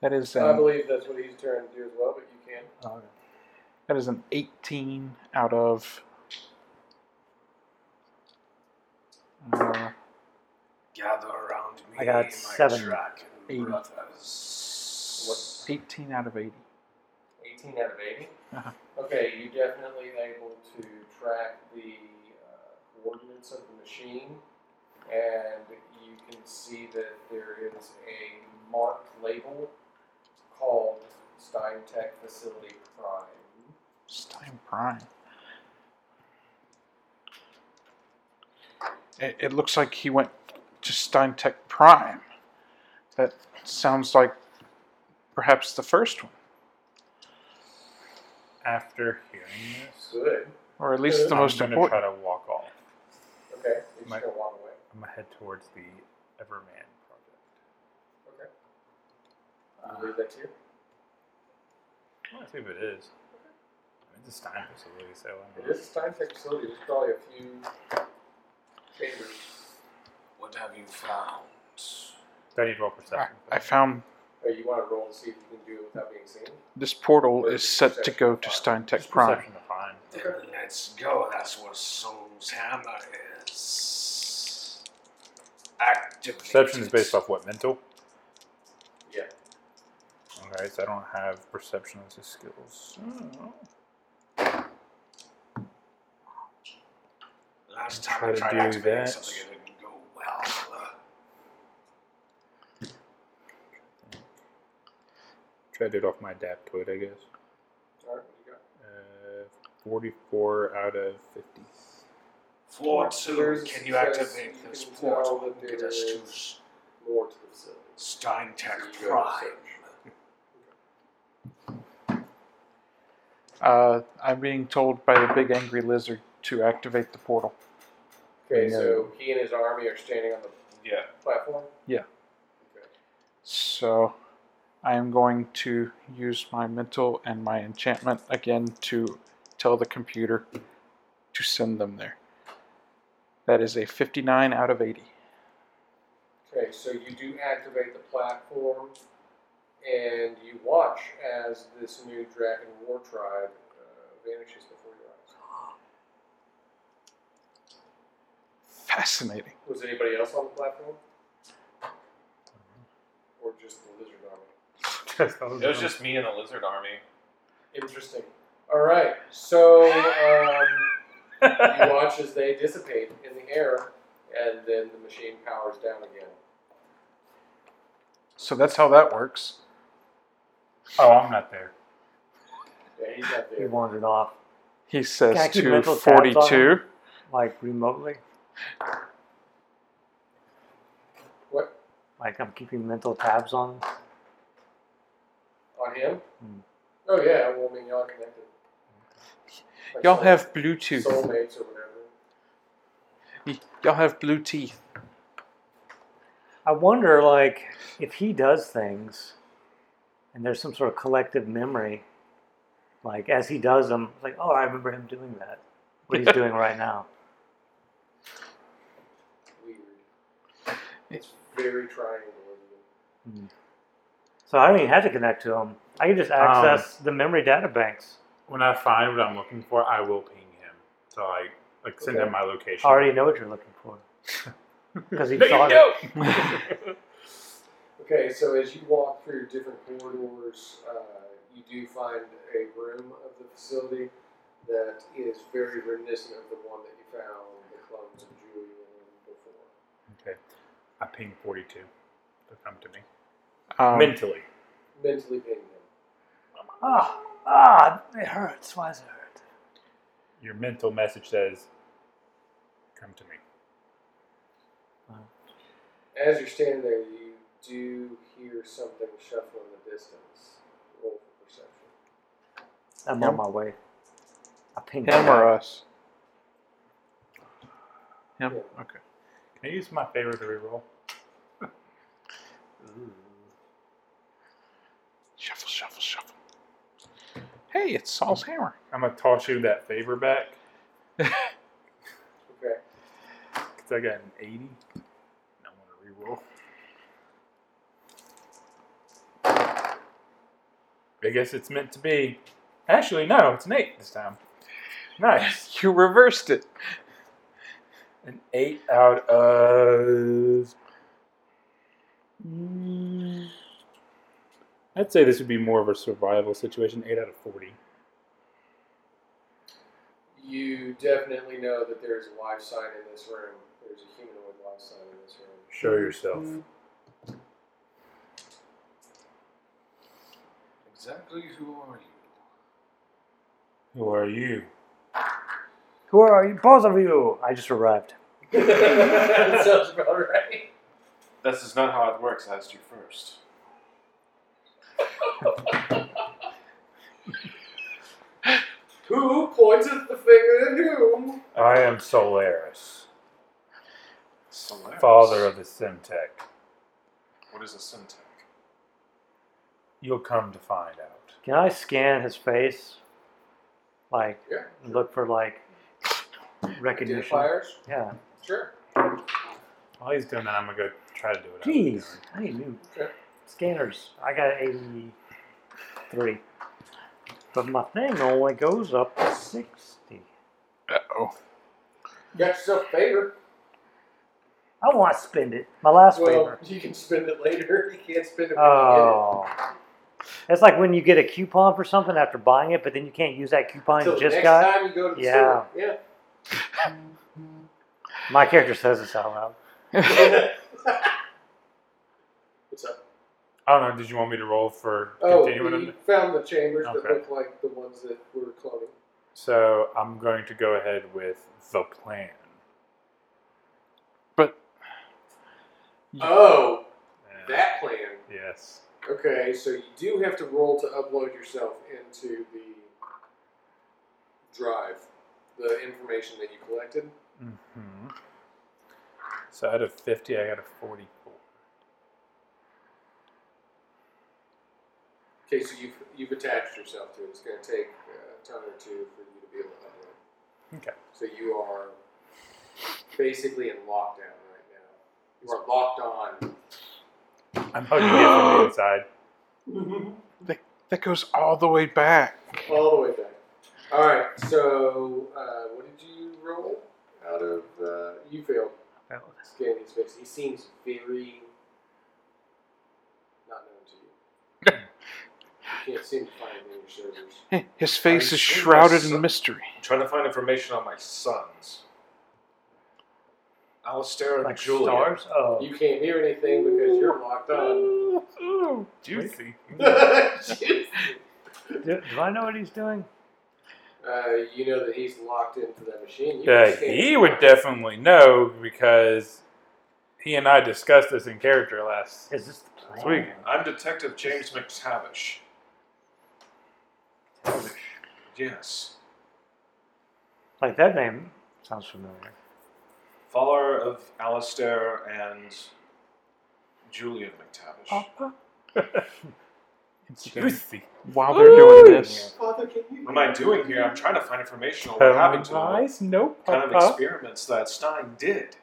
Speaker 4: That is
Speaker 1: I
Speaker 4: an,
Speaker 1: believe that's what he's trying to do as well, but you can't.
Speaker 2: Uh,
Speaker 4: that is an 18 out of. Uh,
Speaker 6: Gather around me,
Speaker 2: I got
Speaker 6: my
Speaker 2: seven.
Speaker 6: dragon
Speaker 4: Eight.
Speaker 6: brothers.
Speaker 4: 18 out of 80.
Speaker 1: 18 out of 80.
Speaker 4: Uh-huh.
Speaker 1: Okay, you definitely able to track the uh, coordinates of the machine, and you can see that there is a marked label called Steintech Facility Prime.
Speaker 4: Stein Prime. It, it looks like he went to Stein Tech Prime. That sounds like perhaps the first one,
Speaker 3: After hearing this,
Speaker 1: Good.
Speaker 4: or at least the
Speaker 3: Uh, I'm
Speaker 4: most
Speaker 3: gonna
Speaker 4: important.
Speaker 3: try to walk off.
Speaker 1: Okay, you're just
Speaker 3: My-
Speaker 1: gonna walk away.
Speaker 3: I'm gonna head towards the Everman project.
Speaker 1: Okay. You leave that to you.
Speaker 3: I see if it is. I mean, it's a Stein facility, so I
Speaker 1: It is a Steintech facility. There's probably a few chambers.
Speaker 6: What have you found?
Speaker 3: I need to roll
Speaker 4: I,
Speaker 3: perception.
Speaker 4: I found
Speaker 1: Uh, you want to roll and see if you can do it without being seen?
Speaker 4: this portal is set to go to Stein Tech
Speaker 3: Just
Speaker 4: Prime.
Speaker 3: perception to find.
Speaker 6: Then let's go. That's where Soul's hammer is. Activate.
Speaker 3: Perception is based off what mental.
Speaker 1: Yeah.
Speaker 3: Okay, so I don't have perception as a skills.
Speaker 6: Last time
Speaker 3: I'll
Speaker 6: I
Speaker 3: try to
Speaker 6: tried
Speaker 3: do
Speaker 6: activating
Speaker 3: that.
Speaker 6: something, it didn't go well.
Speaker 3: Try to do it off my adaptoid, I guess.
Speaker 1: All right, what do you got?
Speaker 3: Uh, 44 out of 50.
Speaker 6: Floor two,
Speaker 1: There's a
Speaker 6: can you
Speaker 1: success.
Speaker 6: activate
Speaker 1: You
Speaker 6: this
Speaker 1: can tell
Speaker 6: portal
Speaker 1: that
Speaker 6: and get us
Speaker 1: there
Speaker 6: to
Speaker 1: is- More to the facility.
Speaker 6: Steintech
Speaker 1: So you go to
Speaker 6: Prime?
Speaker 4: Uh, I'm being told by the big angry lizard to activate the portal.
Speaker 1: Okay,
Speaker 4: No.
Speaker 1: so he and his army are standing on the
Speaker 5: Yeah.
Speaker 1: platform?
Speaker 4: Yeah.
Speaker 1: Okay.
Speaker 4: So I am going to use my mental and my enchantment again to tell the computer to send them there. That is a 59 out of 80.
Speaker 1: Okay, so you do activate the platform, and you watch as this new dragon war tribe uh, vanishes before your eyes.
Speaker 4: Fascinating.
Speaker 1: Was anybody else on the platform? Or just the lizard army?
Speaker 5: It was just me and the lizard army.
Speaker 1: Interesting. All right, so um, you watch as they dissipate in the air, and then the machine powers down again.
Speaker 4: So that's how that works.
Speaker 3: Oh, I'm not there.
Speaker 1: Yeah, he's not
Speaker 2: he
Speaker 1: there.
Speaker 2: wandered off,
Speaker 4: He says
Speaker 2: Can I keep
Speaker 4: to
Speaker 2: mental tabs on
Speaker 4: 42.
Speaker 2: like remotely.
Speaker 1: What?
Speaker 2: Like I'm keeping mental tabs on. him.
Speaker 1: On him?
Speaker 2: Hmm.
Speaker 1: Oh yeah, well, I mean, y'all connected. Like
Speaker 4: Y'all
Speaker 1: soul-
Speaker 4: have blue tooth.
Speaker 1: soulmates or whatever.
Speaker 4: Y- Y'all have blue teeth.
Speaker 2: I wonder, like, if he does things, and there's some sort of collective memory, like as he does them, it's like, oh, I remember him doing that. What he's doing right now.
Speaker 1: Weird. It's very triangular.
Speaker 2: So I don't even have to connect to him. I can just
Speaker 4: Um.
Speaker 2: access the memory data banks.
Speaker 3: When I find what I'm looking for, I will ping him. So I like send him my location.
Speaker 2: I already know what you're looking for. Because he
Speaker 5: No, you
Speaker 2: saw it.
Speaker 5: don't!
Speaker 1: Okay, so as you walk through different corridors, uh, you do find a room of the facility that is very reminiscent of the one that you found the clones of Julian before.
Speaker 3: Okay. I ping 42 to come to me.
Speaker 4: Um,
Speaker 3: Mentally.
Speaker 1: Mentally pinged him.
Speaker 2: Ah, ah, it hurts. Why does it hurt?
Speaker 3: Your mental message says, come to me.
Speaker 1: As you're standing there, you do hear something shuffle in the distance. Roll for
Speaker 2: I'm
Speaker 4: Yep.
Speaker 2: on my way. I pinged
Speaker 4: Him
Speaker 2: her.
Speaker 4: or us? Him? Okay.
Speaker 3: Can I use my favorite to reroll?
Speaker 4: Shuffle, shuffle, shuffle. Hey, it's Saul's hammer.
Speaker 3: I'm gonna toss you that favor back
Speaker 1: Okay.
Speaker 3: because I got an 80. And I want to reroll. I guess it's meant to be. Actually, no, it's an eight this time. Nice.
Speaker 4: You reversed it.
Speaker 3: An eight out of. Mm, I'd say this would be more of a survival situation. Eight out of 40.
Speaker 1: You definitely know that there's a life sign in this room. There's a humanoid life sign in this room.
Speaker 3: Show yourself.
Speaker 5: Exactly who are you?
Speaker 3: Who are you?
Speaker 2: Who are you? Both of you. I just arrived.
Speaker 1: that sounds about right.
Speaker 5: This is not how it works. I asked you first.
Speaker 1: Who points at the finger at whom?
Speaker 3: I am Solaris, father of the Simtech.
Speaker 5: What is a syntech?
Speaker 3: You'll come to find out.
Speaker 2: Can I scan his face? Like,
Speaker 1: Yeah.
Speaker 2: look for like recognition.
Speaker 1: Identifiers?
Speaker 2: Yeah.
Speaker 1: Sure.
Speaker 3: While he's doing that, I'm gonna go try to do it.
Speaker 2: Jeez, I need new uh,
Speaker 1: Okay.
Speaker 2: scanners. I got 83. But my thing only goes up to 60.
Speaker 4: Uh oh.
Speaker 1: Got yourself a favor.
Speaker 2: I want to spend it. My last
Speaker 1: well,
Speaker 2: favor.
Speaker 1: you can spend it later. You can't spend it when
Speaker 2: Oh. That's like when you get a coupon for something after buying it, but then you can't use that coupon
Speaker 1: you get it. Till
Speaker 2: you just
Speaker 1: next
Speaker 2: got.
Speaker 1: time you go to the
Speaker 2: Yeah.
Speaker 1: store. Yeah.
Speaker 2: My character says this out loud.
Speaker 1: What's up?
Speaker 3: I don't know. Did you want me to roll for
Speaker 1: Oh,
Speaker 3: continuing?
Speaker 1: we found the chambers
Speaker 3: Okay.
Speaker 1: that look like the ones that we were cloning.
Speaker 3: So I'm going to go ahead with the plan.
Speaker 4: But
Speaker 1: Oh,
Speaker 3: And-
Speaker 1: that plan.
Speaker 3: Yes.
Speaker 1: Okay, so you do have to roll to upload yourself into the drive, the information that you collected.
Speaker 3: hmm So out of 50, I got a 44.
Speaker 1: Okay, so you've, you've attached yourself to it. It's going to take uh, a ton or two for you to be able to upload.
Speaker 3: Okay.
Speaker 1: So you are basically in lockdown right now. You are locked on.
Speaker 3: I'm hugging Oh, you from the inside.
Speaker 4: that goes all the way back.
Speaker 1: All the way back. All right. So, uh, what did you roll out of? Uh, you failed. Scanning his face. He seems very not known to you. you can't seem to find him in your shoulders.
Speaker 4: His face
Speaker 5: I
Speaker 4: is
Speaker 5: see my
Speaker 4: shrouded in
Speaker 5: son.
Speaker 4: mystery.
Speaker 5: I'm trying to find information on my sons. Alistair and
Speaker 2: Like
Speaker 5: Julia.
Speaker 2: stars? Oh.
Speaker 1: You can't hear anything because you're locked on.
Speaker 3: Juicy.
Speaker 2: Do, do I know what he's doing?
Speaker 1: uh, you know that he's locked into that machine. You
Speaker 3: Yeah,
Speaker 1: can scan
Speaker 3: he
Speaker 1: him.
Speaker 3: would definitely know because he and I discussed this in character last.
Speaker 2: Is this the plan?
Speaker 3: Sweet.
Speaker 5: I'm Detective James McTavish. Yes.
Speaker 2: Like that name sounds familiar.
Speaker 5: Follower of Alistair and Julian McTavish.
Speaker 3: Oh. Juicy.
Speaker 4: While they're doing this,
Speaker 1: Father, can you?
Speaker 5: What am I doing here? I'm trying to find information on what happened to them.
Speaker 3: Nice. Nope.
Speaker 5: kind of experiments that Stein did.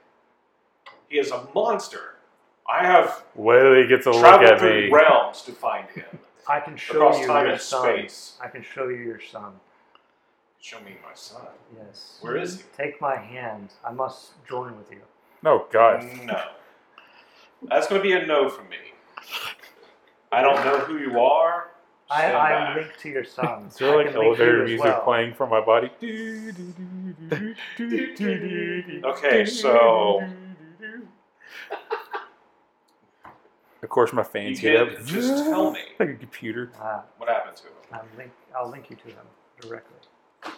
Speaker 5: He is a monster. I have
Speaker 3: Well, he gets a look
Speaker 5: traveled
Speaker 3: at
Speaker 5: through
Speaker 3: me.
Speaker 5: realms to find him
Speaker 2: I can show
Speaker 5: across
Speaker 2: you
Speaker 5: time
Speaker 2: your
Speaker 5: and
Speaker 2: son.
Speaker 5: space.
Speaker 2: I can show you your son.
Speaker 5: Show me my son.
Speaker 2: Yes.
Speaker 5: Where is he?
Speaker 2: Take my hand. I must join with you.
Speaker 3: Oh gosh.
Speaker 5: No. That's going to be a no for me. I don't know who you are.
Speaker 2: I,
Speaker 5: Stand
Speaker 2: I
Speaker 5: back.
Speaker 2: am linked to your son.
Speaker 3: It's really
Speaker 2: I
Speaker 3: like
Speaker 2: can link you
Speaker 3: elevator
Speaker 2: as
Speaker 3: music
Speaker 2: well.
Speaker 3: playing from my body. okay,
Speaker 5: Okay, so-
Speaker 3: Of course, my
Speaker 5: You
Speaker 3: fans get
Speaker 5: can
Speaker 3: up.
Speaker 5: just tell me
Speaker 3: Like a computer.
Speaker 2: Ah,
Speaker 5: what happened to him.
Speaker 2: I'm link, I'll link you to him directly.
Speaker 5: Uh,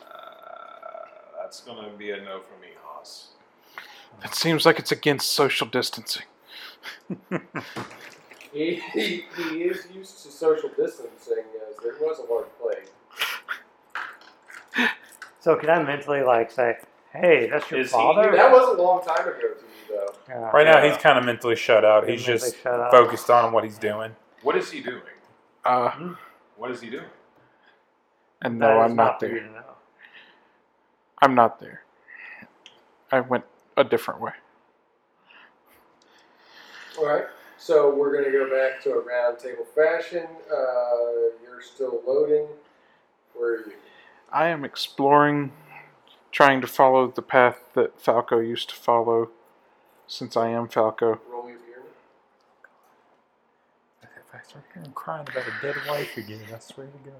Speaker 5: that's going to be a no for me, Haas.
Speaker 4: it seems like it's against social distancing.
Speaker 1: He, he, he is used to social distancing as there was a hard play.
Speaker 2: So can I mentally like say, "Hey, that's your
Speaker 3: Is he-
Speaker 2: father"?
Speaker 1: That was a long time ago to you, though.
Speaker 2: Yeah.
Speaker 3: Right now, he's kind of mentally shut out.
Speaker 2: He's
Speaker 3: He's
Speaker 2: mentally
Speaker 3: just
Speaker 2: shut out.
Speaker 3: focused on what he's doing.
Speaker 5: What is he doing?
Speaker 4: Uh,
Speaker 5: What is he doing?
Speaker 4: and
Speaker 2: That
Speaker 4: no,
Speaker 2: is
Speaker 4: I'm not
Speaker 2: for you
Speaker 4: there.
Speaker 2: to know.
Speaker 4: I'm not there. I went a different way.
Speaker 1: All right. So we're going to go back to a round table fashion. Uh, you're still loading. Where are you?
Speaker 4: I am exploring, trying to follow the path that Falco used to follow, since I am Falco.
Speaker 1: Roll me a beer.
Speaker 3: I'm crying about a dead wife again. I swear to God.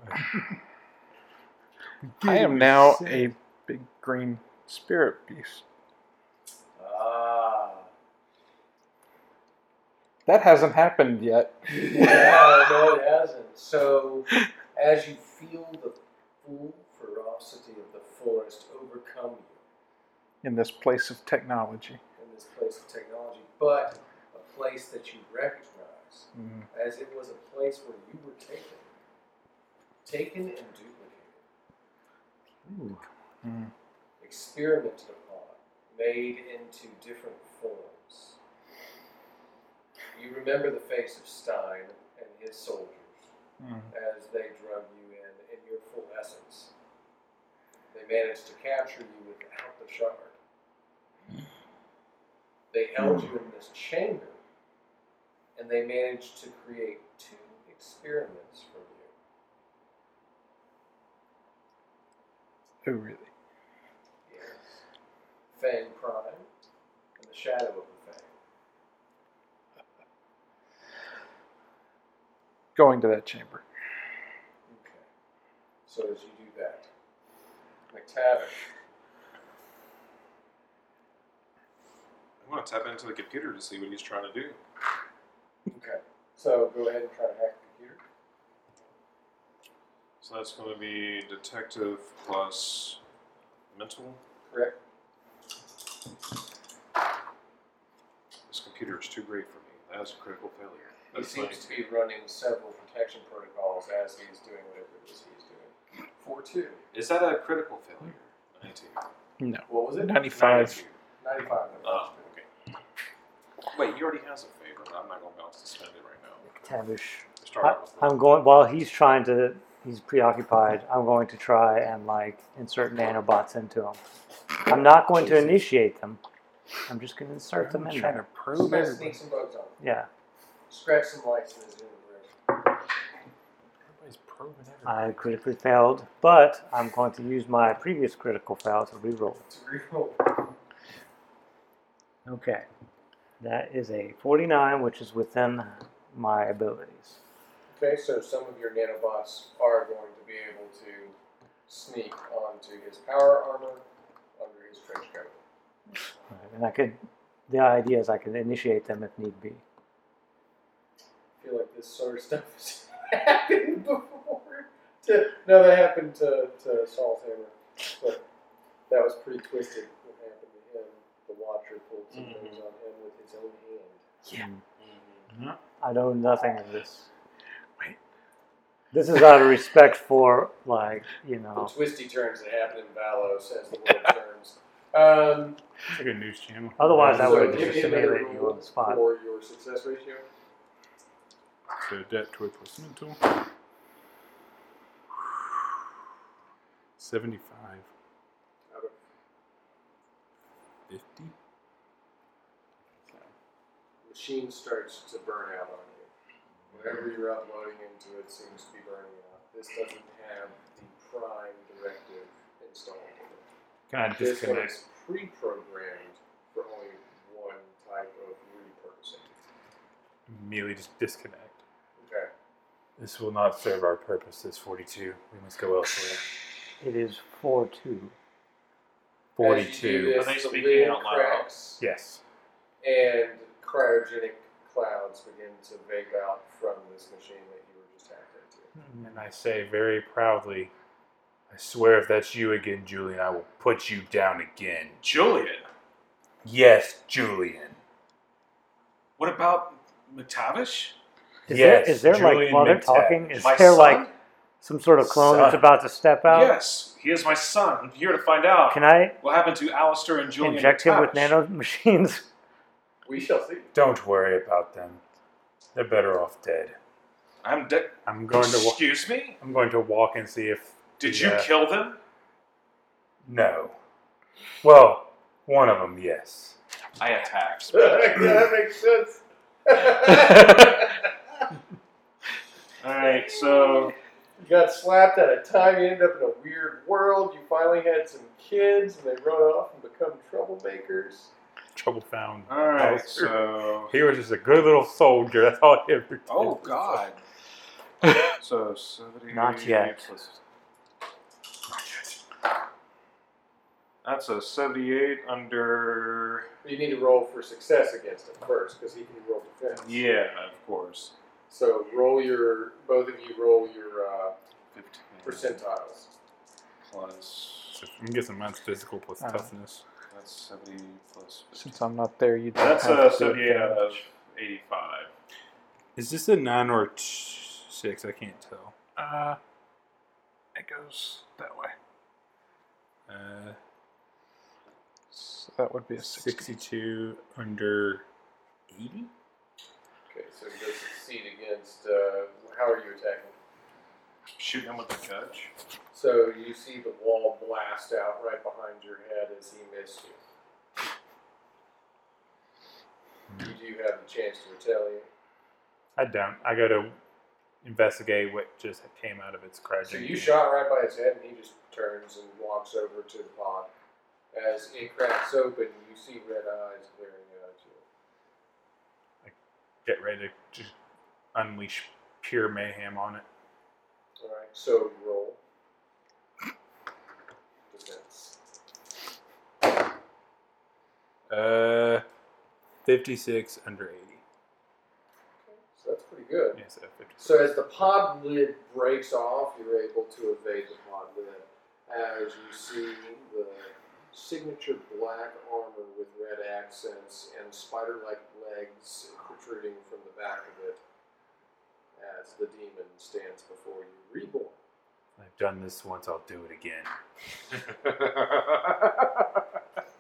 Speaker 4: I am now a big green spirit beast.
Speaker 5: Ah.
Speaker 4: That hasn't happened yet.
Speaker 1: yeah, no, it hasn't. So, as you feel the full ferocity of the forest overcome you
Speaker 4: in this place of technology.
Speaker 1: in this place of technology, but a place that you recognize as it was a place where you were taken, taken and duplicated,
Speaker 4: Mm.
Speaker 1: experimented upon, made into different forms. You remember the face of Stein and his soldiers
Speaker 4: Mm.
Speaker 1: as they drug you in in your full essence. They managed to capture you without the shard. They held you in this chamber and they managed to create two experiments from you.
Speaker 4: Oh, really?
Speaker 1: Yes. Fang Prime and the Shadow of the Fang.
Speaker 4: Going to that chamber.
Speaker 1: Okay. So as you do that, McTavish.
Speaker 5: I'm going to tap into the computer to see what he's trying to do.
Speaker 1: Okay. So go ahead and try to hack the computer.
Speaker 5: So that's going to be detective plus mental.
Speaker 1: Correct.
Speaker 5: This computer is too great for me. That is a critical failure.
Speaker 1: He
Speaker 5: That's
Speaker 1: seems
Speaker 5: like-
Speaker 1: to be running several protection protocols as he's doing whatever it is he's doing. Four two.
Speaker 5: Is that a critical failure? 19.
Speaker 1: What was it?
Speaker 4: 95.
Speaker 5: 92.
Speaker 1: Ninety-five.
Speaker 5: Oh, okay. Wait, he already has a favor. I'm not going to bounce to spend it right now.
Speaker 2: Tavish.
Speaker 5: Start
Speaker 2: I,
Speaker 5: out with
Speaker 2: I'm going while he's trying to. He's preoccupied. I'm going to try and like insert nanobots into him. I'm not going to initiate them. I'm just going to insert them in
Speaker 4: trying to
Speaker 2: there.
Speaker 1: He's
Speaker 4: probe
Speaker 1: gonna
Speaker 4: everybody.
Speaker 1: sneak some bugs on.
Speaker 2: Yeah,
Speaker 1: Scratch some lights in his universe.
Speaker 3: Everybody's probing everything.
Speaker 2: I critically failed, but I'm going to use my previous critical fail to reroll.
Speaker 1: It's a real
Speaker 2: Okay, that is a 49, which is within my abilities.
Speaker 1: Okay, so some of your nanobots are going to be able to sneak onto his power armor under his trench coat.
Speaker 2: Right, And I could, the idea is I could initiate them if need be.
Speaker 1: I feel like this sort of stuff has happened before. To, no, that happened to, to Saul's hammer. But that was pretty twisted what happened to him. The Watcher pulled some
Speaker 2: Mm-hmm.
Speaker 1: things on him with his own hand.
Speaker 2: I know nothing of this.
Speaker 4: Wait.
Speaker 2: This is out of respect for, like, you know,
Speaker 1: The twisty turns that happen in Valos as the world turns. Um,
Speaker 3: It's like a news channel.
Speaker 2: Otherwise, I
Speaker 1: so
Speaker 2: would've
Speaker 1: give me
Speaker 2: just
Speaker 1: another
Speaker 2: immediately you on
Speaker 1: roll
Speaker 2: the spot.
Speaker 1: for your success ratio.
Speaker 3: So that twitch was mental. Seventy-five.
Speaker 1: Out of
Speaker 3: 50?
Speaker 1: machine starts to burn out on you. Whatever you're uploading into it seems to be burning out. This doesn't have the prime directive installed in it.
Speaker 3: Can I
Speaker 1: This one
Speaker 3: disconnect?
Speaker 1: is pre-programmed for only one type of repurposing.
Speaker 3: Immediately just disconnect.
Speaker 1: Okay.
Speaker 3: This will not serve our purpose, this 42. We must go elsewhere.
Speaker 2: it is 4
Speaker 1: As
Speaker 2: 2.
Speaker 1: you do
Speaker 3: 42.
Speaker 1: this,
Speaker 5: Are they
Speaker 1: the
Speaker 5: speaking
Speaker 1: lid
Speaker 5: out loud?
Speaker 1: cracks
Speaker 3: Yes.
Speaker 1: and cryogenic clouds begin to vape out from this machine that you were just hacked into.
Speaker 3: Hmm, And I say very proudly, I swear if that's you again, Julian, I will put you down again.
Speaker 5: Julian,
Speaker 3: Yes, Julian.
Speaker 5: what about McTavish?
Speaker 2: Is
Speaker 3: yes,
Speaker 2: there, is there like,
Speaker 3: Julian
Speaker 2: while they're
Speaker 3: McTavish.
Speaker 2: talking, is
Speaker 5: My
Speaker 2: there
Speaker 5: son?
Speaker 2: like some sort of clone
Speaker 5: Son.
Speaker 2: that's about to step out?
Speaker 5: Yes, he is my son. I'm here to find out
Speaker 2: Can I
Speaker 5: what happened to Alistair and Julian.
Speaker 2: inject him with
Speaker 5: Patch.
Speaker 2: nano machines?
Speaker 1: We shall see.
Speaker 3: Don't worry about them. They're better off dead.
Speaker 5: I'm de-
Speaker 3: I'm going to. Wa-
Speaker 5: Excuse me.
Speaker 3: I'm going to walk and see if.
Speaker 5: Did
Speaker 3: Yeah.
Speaker 5: you kill them?
Speaker 3: No. Well, one of them, yes.
Speaker 5: I attacked.
Speaker 1: that makes sense.
Speaker 5: All right, so
Speaker 1: you got slapped at a time. You ended up in a weird world. You finally had some kids, and they run off and become troublemakers.
Speaker 3: Trouble found.
Speaker 5: all right,
Speaker 3: Alistair.
Speaker 5: so
Speaker 3: He was just a good little soldier. That's all he ever did.
Speaker 5: oh god. So seventy.
Speaker 2: Not yet.
Speaker 5: plus- That's a seventy-eight under.
Speaker 1: But you need to roll for success against him first, because he can roll defense.
Speaker 5: Yeah, of course.
Speaker 1: So roll your both of you roll your uh,
Speaker 5: Fifteen
Speaker 1: percentiles.
Speaker 5: plus.
Speaker 3: I'm guessing mine's physical plus
Speaker 4: Uh,
Speaker 3: toughness.
Speaker 5: That's seventy plus.
Speaker 4: Since I'm not there, you. don't
Speaker 5: That's
Speaker 4: have
Speaker 5: a uh,
Speaker 4: to
Speaker 5: seventy-eight out of
Speaker 4: advantage.
Speaker 5: eighty-five.
Speaker 3: Is this a nine or a t- six? I can't tell.
Speaker 4: Uh, it goes that way.
Speaker 3: Uh,
Speaker 4: So that would be a 60.
Speaker 3: sixty-two under eighty.
Speaker 1: Okay, so you go succeed against. Uh, how are you attacking?
Speaker 5: Shoot him with the judge.
Speaker 1: So you see the wall blast out right behind your head as he missed you. You do have the chance to retaliate.
Speaker 3: I don't. I go to investigate what just came out of its crash.
Speaker 1: So you shot right by his head, and he just turns and walks over to the pond. As it cracks open, you see red eyes glaring out at you.
Speaker 3: Get ready to just unleash pure mayhem on it.
Speaker 1: All right, so roll defense.
Speaker 3: Uh, 56 under 80.
Speaker 1: So that's pretty good.
Speaker 3: Yes, uh, 56.
Speaker 1: So as the pod lid breaks off, you're able to evade the pod lid. As you see the signature black armor with red accents and spider-like legs protruding from the back of it, as the demon stands before you, reborn.
Speaker 3: I've done this once, I'll do it again.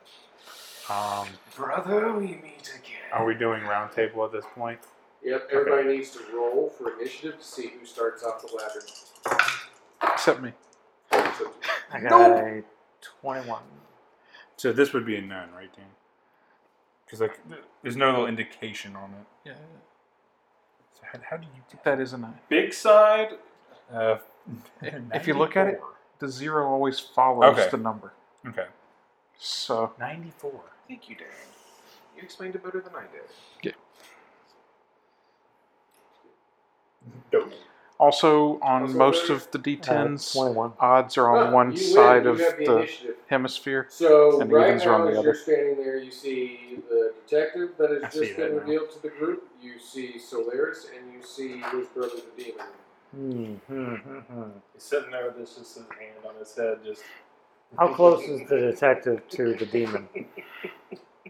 Speaker 3: Um,
Speaker 6: Brother, we meet again.
Speaker 3: are we doing roundtable at this point?
Speaker 1: Yep, everybody needs to roll for initiative to see who starts off the ladder.
Speaker 4: Except me.
Speaker 1: So
Speaker 2: I got a 21.
Speaker 3: So this would be a 9, right, Dan? Because like, there's no little indication on it.
Speaker 4: Yeah,
Speaker 3: So how, how do you do
Speaker 4: that is a 9.
Speaker 5: Big side.
Speaker 3: Uh,
Speaker 4: If you look at it, the zero always follows
Speaker 3: Okay.
Speaker 4: the number.
Speaker 3: Okay.
Speaker 4: So
Speaker 3: 94.
Speaker 5: Thank you, Dan. You explained it better than I did.
Speaker 3: Nope.
Speaker 4: also on
Speaker 1: Also
Speaker 4: most
Speaker 1: there-
Speaker 4: of the d10s,
Speaker 2: Uh, 21.
Speaker 4: odds are on
Speaker 1: Huh,
Speaker 4: one
Speaker 1: you
Speaker 4: side
Speaker 1: win,
Speaker 4: of
Speaker 1: you have the,
Speaker 4: the
Speaker 1: initiative.
Speaker 4: hemisphere.
Speaker 1: So
Speaker 4: And
Speaker 1: right
Speaker 4: evens are on
Speaker 1: now,
Speaker 4: the
Speaker 1: as
Speaker 4: other.
Speaker 1: you're standing there, you see the detective that has
Speaker 3: I see
Speaker 1: just been
Speaker 3: that now.
Speaker 1: revealed to the group. You see Solaris, and you see his brother, the demon.
Speaker 2: Hmm, hmm, hmm, hmm.
Speaker 5: He's sitting there with his just his hand on his head, just
Speaker 2: How close is the detective to the demon?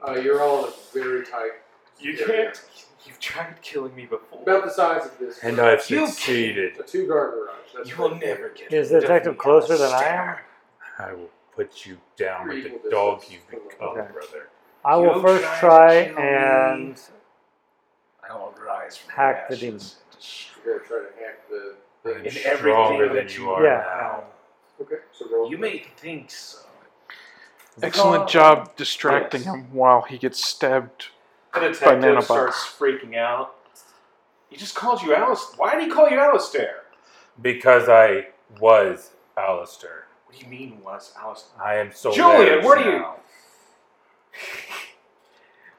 Speaker 1: Uh, you're all in a very tight.
Speaker 5: You
Speaker 1: area.
Speaker 5: can't. You've tried killing me before.
Speaker 1: About the size of this.
Speaker 3: And
Speaker 1: room.
Speaker 3: I've
Speaker 6: You can't-
Speaker 3: succeeded.
Speaker 1: a two guard garage. That's
Speaker 6: You
Speaker 1: right.
Speaker 6: will never get
Speaker 2: Is the
Speaker 6: rid of
Speaker 2: detective
Speaker 6: me,
Speaker 2: closer than I am?
Speaker 6: Alistair.
Speaker 3: I will put you down with
Speaker 1: Reasonable
Speaker 3: the dog
Speaker 1: distance.
Speaker 3: you've become,
Speaker 2: Okay.
Speaker 3: brother.
Speaker 2: I will
Speaker 6: You
Speaker 2: first try
Speaker 6: try to kill me.
Speaker 2: and
Speaker 6: I will rise from
Speaker 2: Hack the
Speaker 6: the
Speaker 2: demon.
Speaker 6: ashes.
Speaker 1: You're gonna try to hack the.
Speaker 3: I'm
Speaker 6: In
Speaker 1: the
Speaker 6: every-
Speaker 3: stronger
Speaker 6: everything
Speaker 3: than
Speaker 6: that
Speaker 3: you
Speaker 6: you-
Speaker 3: are
Speaker 2: Yeah.
Speaker 3: now.
Speaker 1: okay, so roll.
Speaker 6: You may think so.
Speaker 4: Excellent job distracting him while he gets stabbed.
Speaker 5: The
Speaker 4: Banana
Speaker 5: detective starts
Speaker 4: box.
Speaker 5: freaking out. He just called you Alistair. Why did he call you Alistair?
Speaker 3: Because I was Alistair.
Speaker 5: What do you mean, was Alistair?
Speaker 3: I am so.
Speaker 5: Julian, where do you-
Speaker 3: now.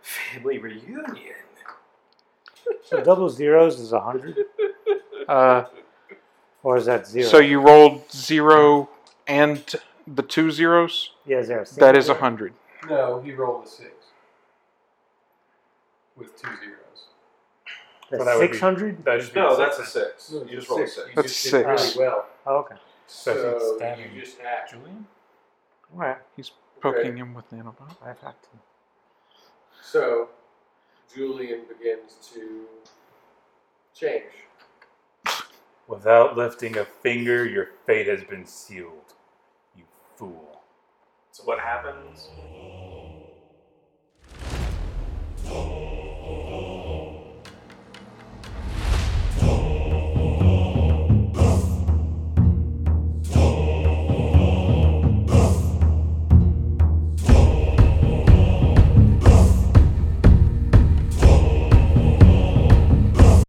Speaker 6: Family reunion.
Speaker 2: so double zeros is 100?
Speaker 4: Uh,
Speaker 2: Or is that zero?
Speaker 4: so you rolled zero and the two zeros?
Speaker 2: yeah, zero.
Speaker 4: That is a 100.
Speaker 1: No, he rolled a six with two zeros.
Speaker 3: So that would be-
Speaker 2: 600?
Speaker 3: That'd just be
Speaker 5: No,
Speaker 3: a
Speaker 5: that's a
Speaker 3: six.
Speaker 5: six.
Speaker 1: No,
Speaker 5: You just
Speaker 1: it's a
Speaker 5: rolled a
Speaker 1: six.
Speaker 5: six.
Speaker 1: You
Speaker 4: That's
Speaker 1: just did
Speaker 2: six.
Speaker 1: Really well.
Speaker 2: Oh, okay.
Speaker 3: So, he's
Speaker 1: So
Speaker 3: stabbing
Speaker 1: you just hacked.
Speaker 3: Julian.
Speaker 2: All right.
Speaker 4: He's poking
Speaker 1: Okay.
Speaker 4: him with nanobot.
Speaker 2: I've hacked him.
Speaker 1: So, Julian begins to change.
Speaker 3: Without lifting a finger, your fate has been sealed. You fool.
Speaker 7: So what happens?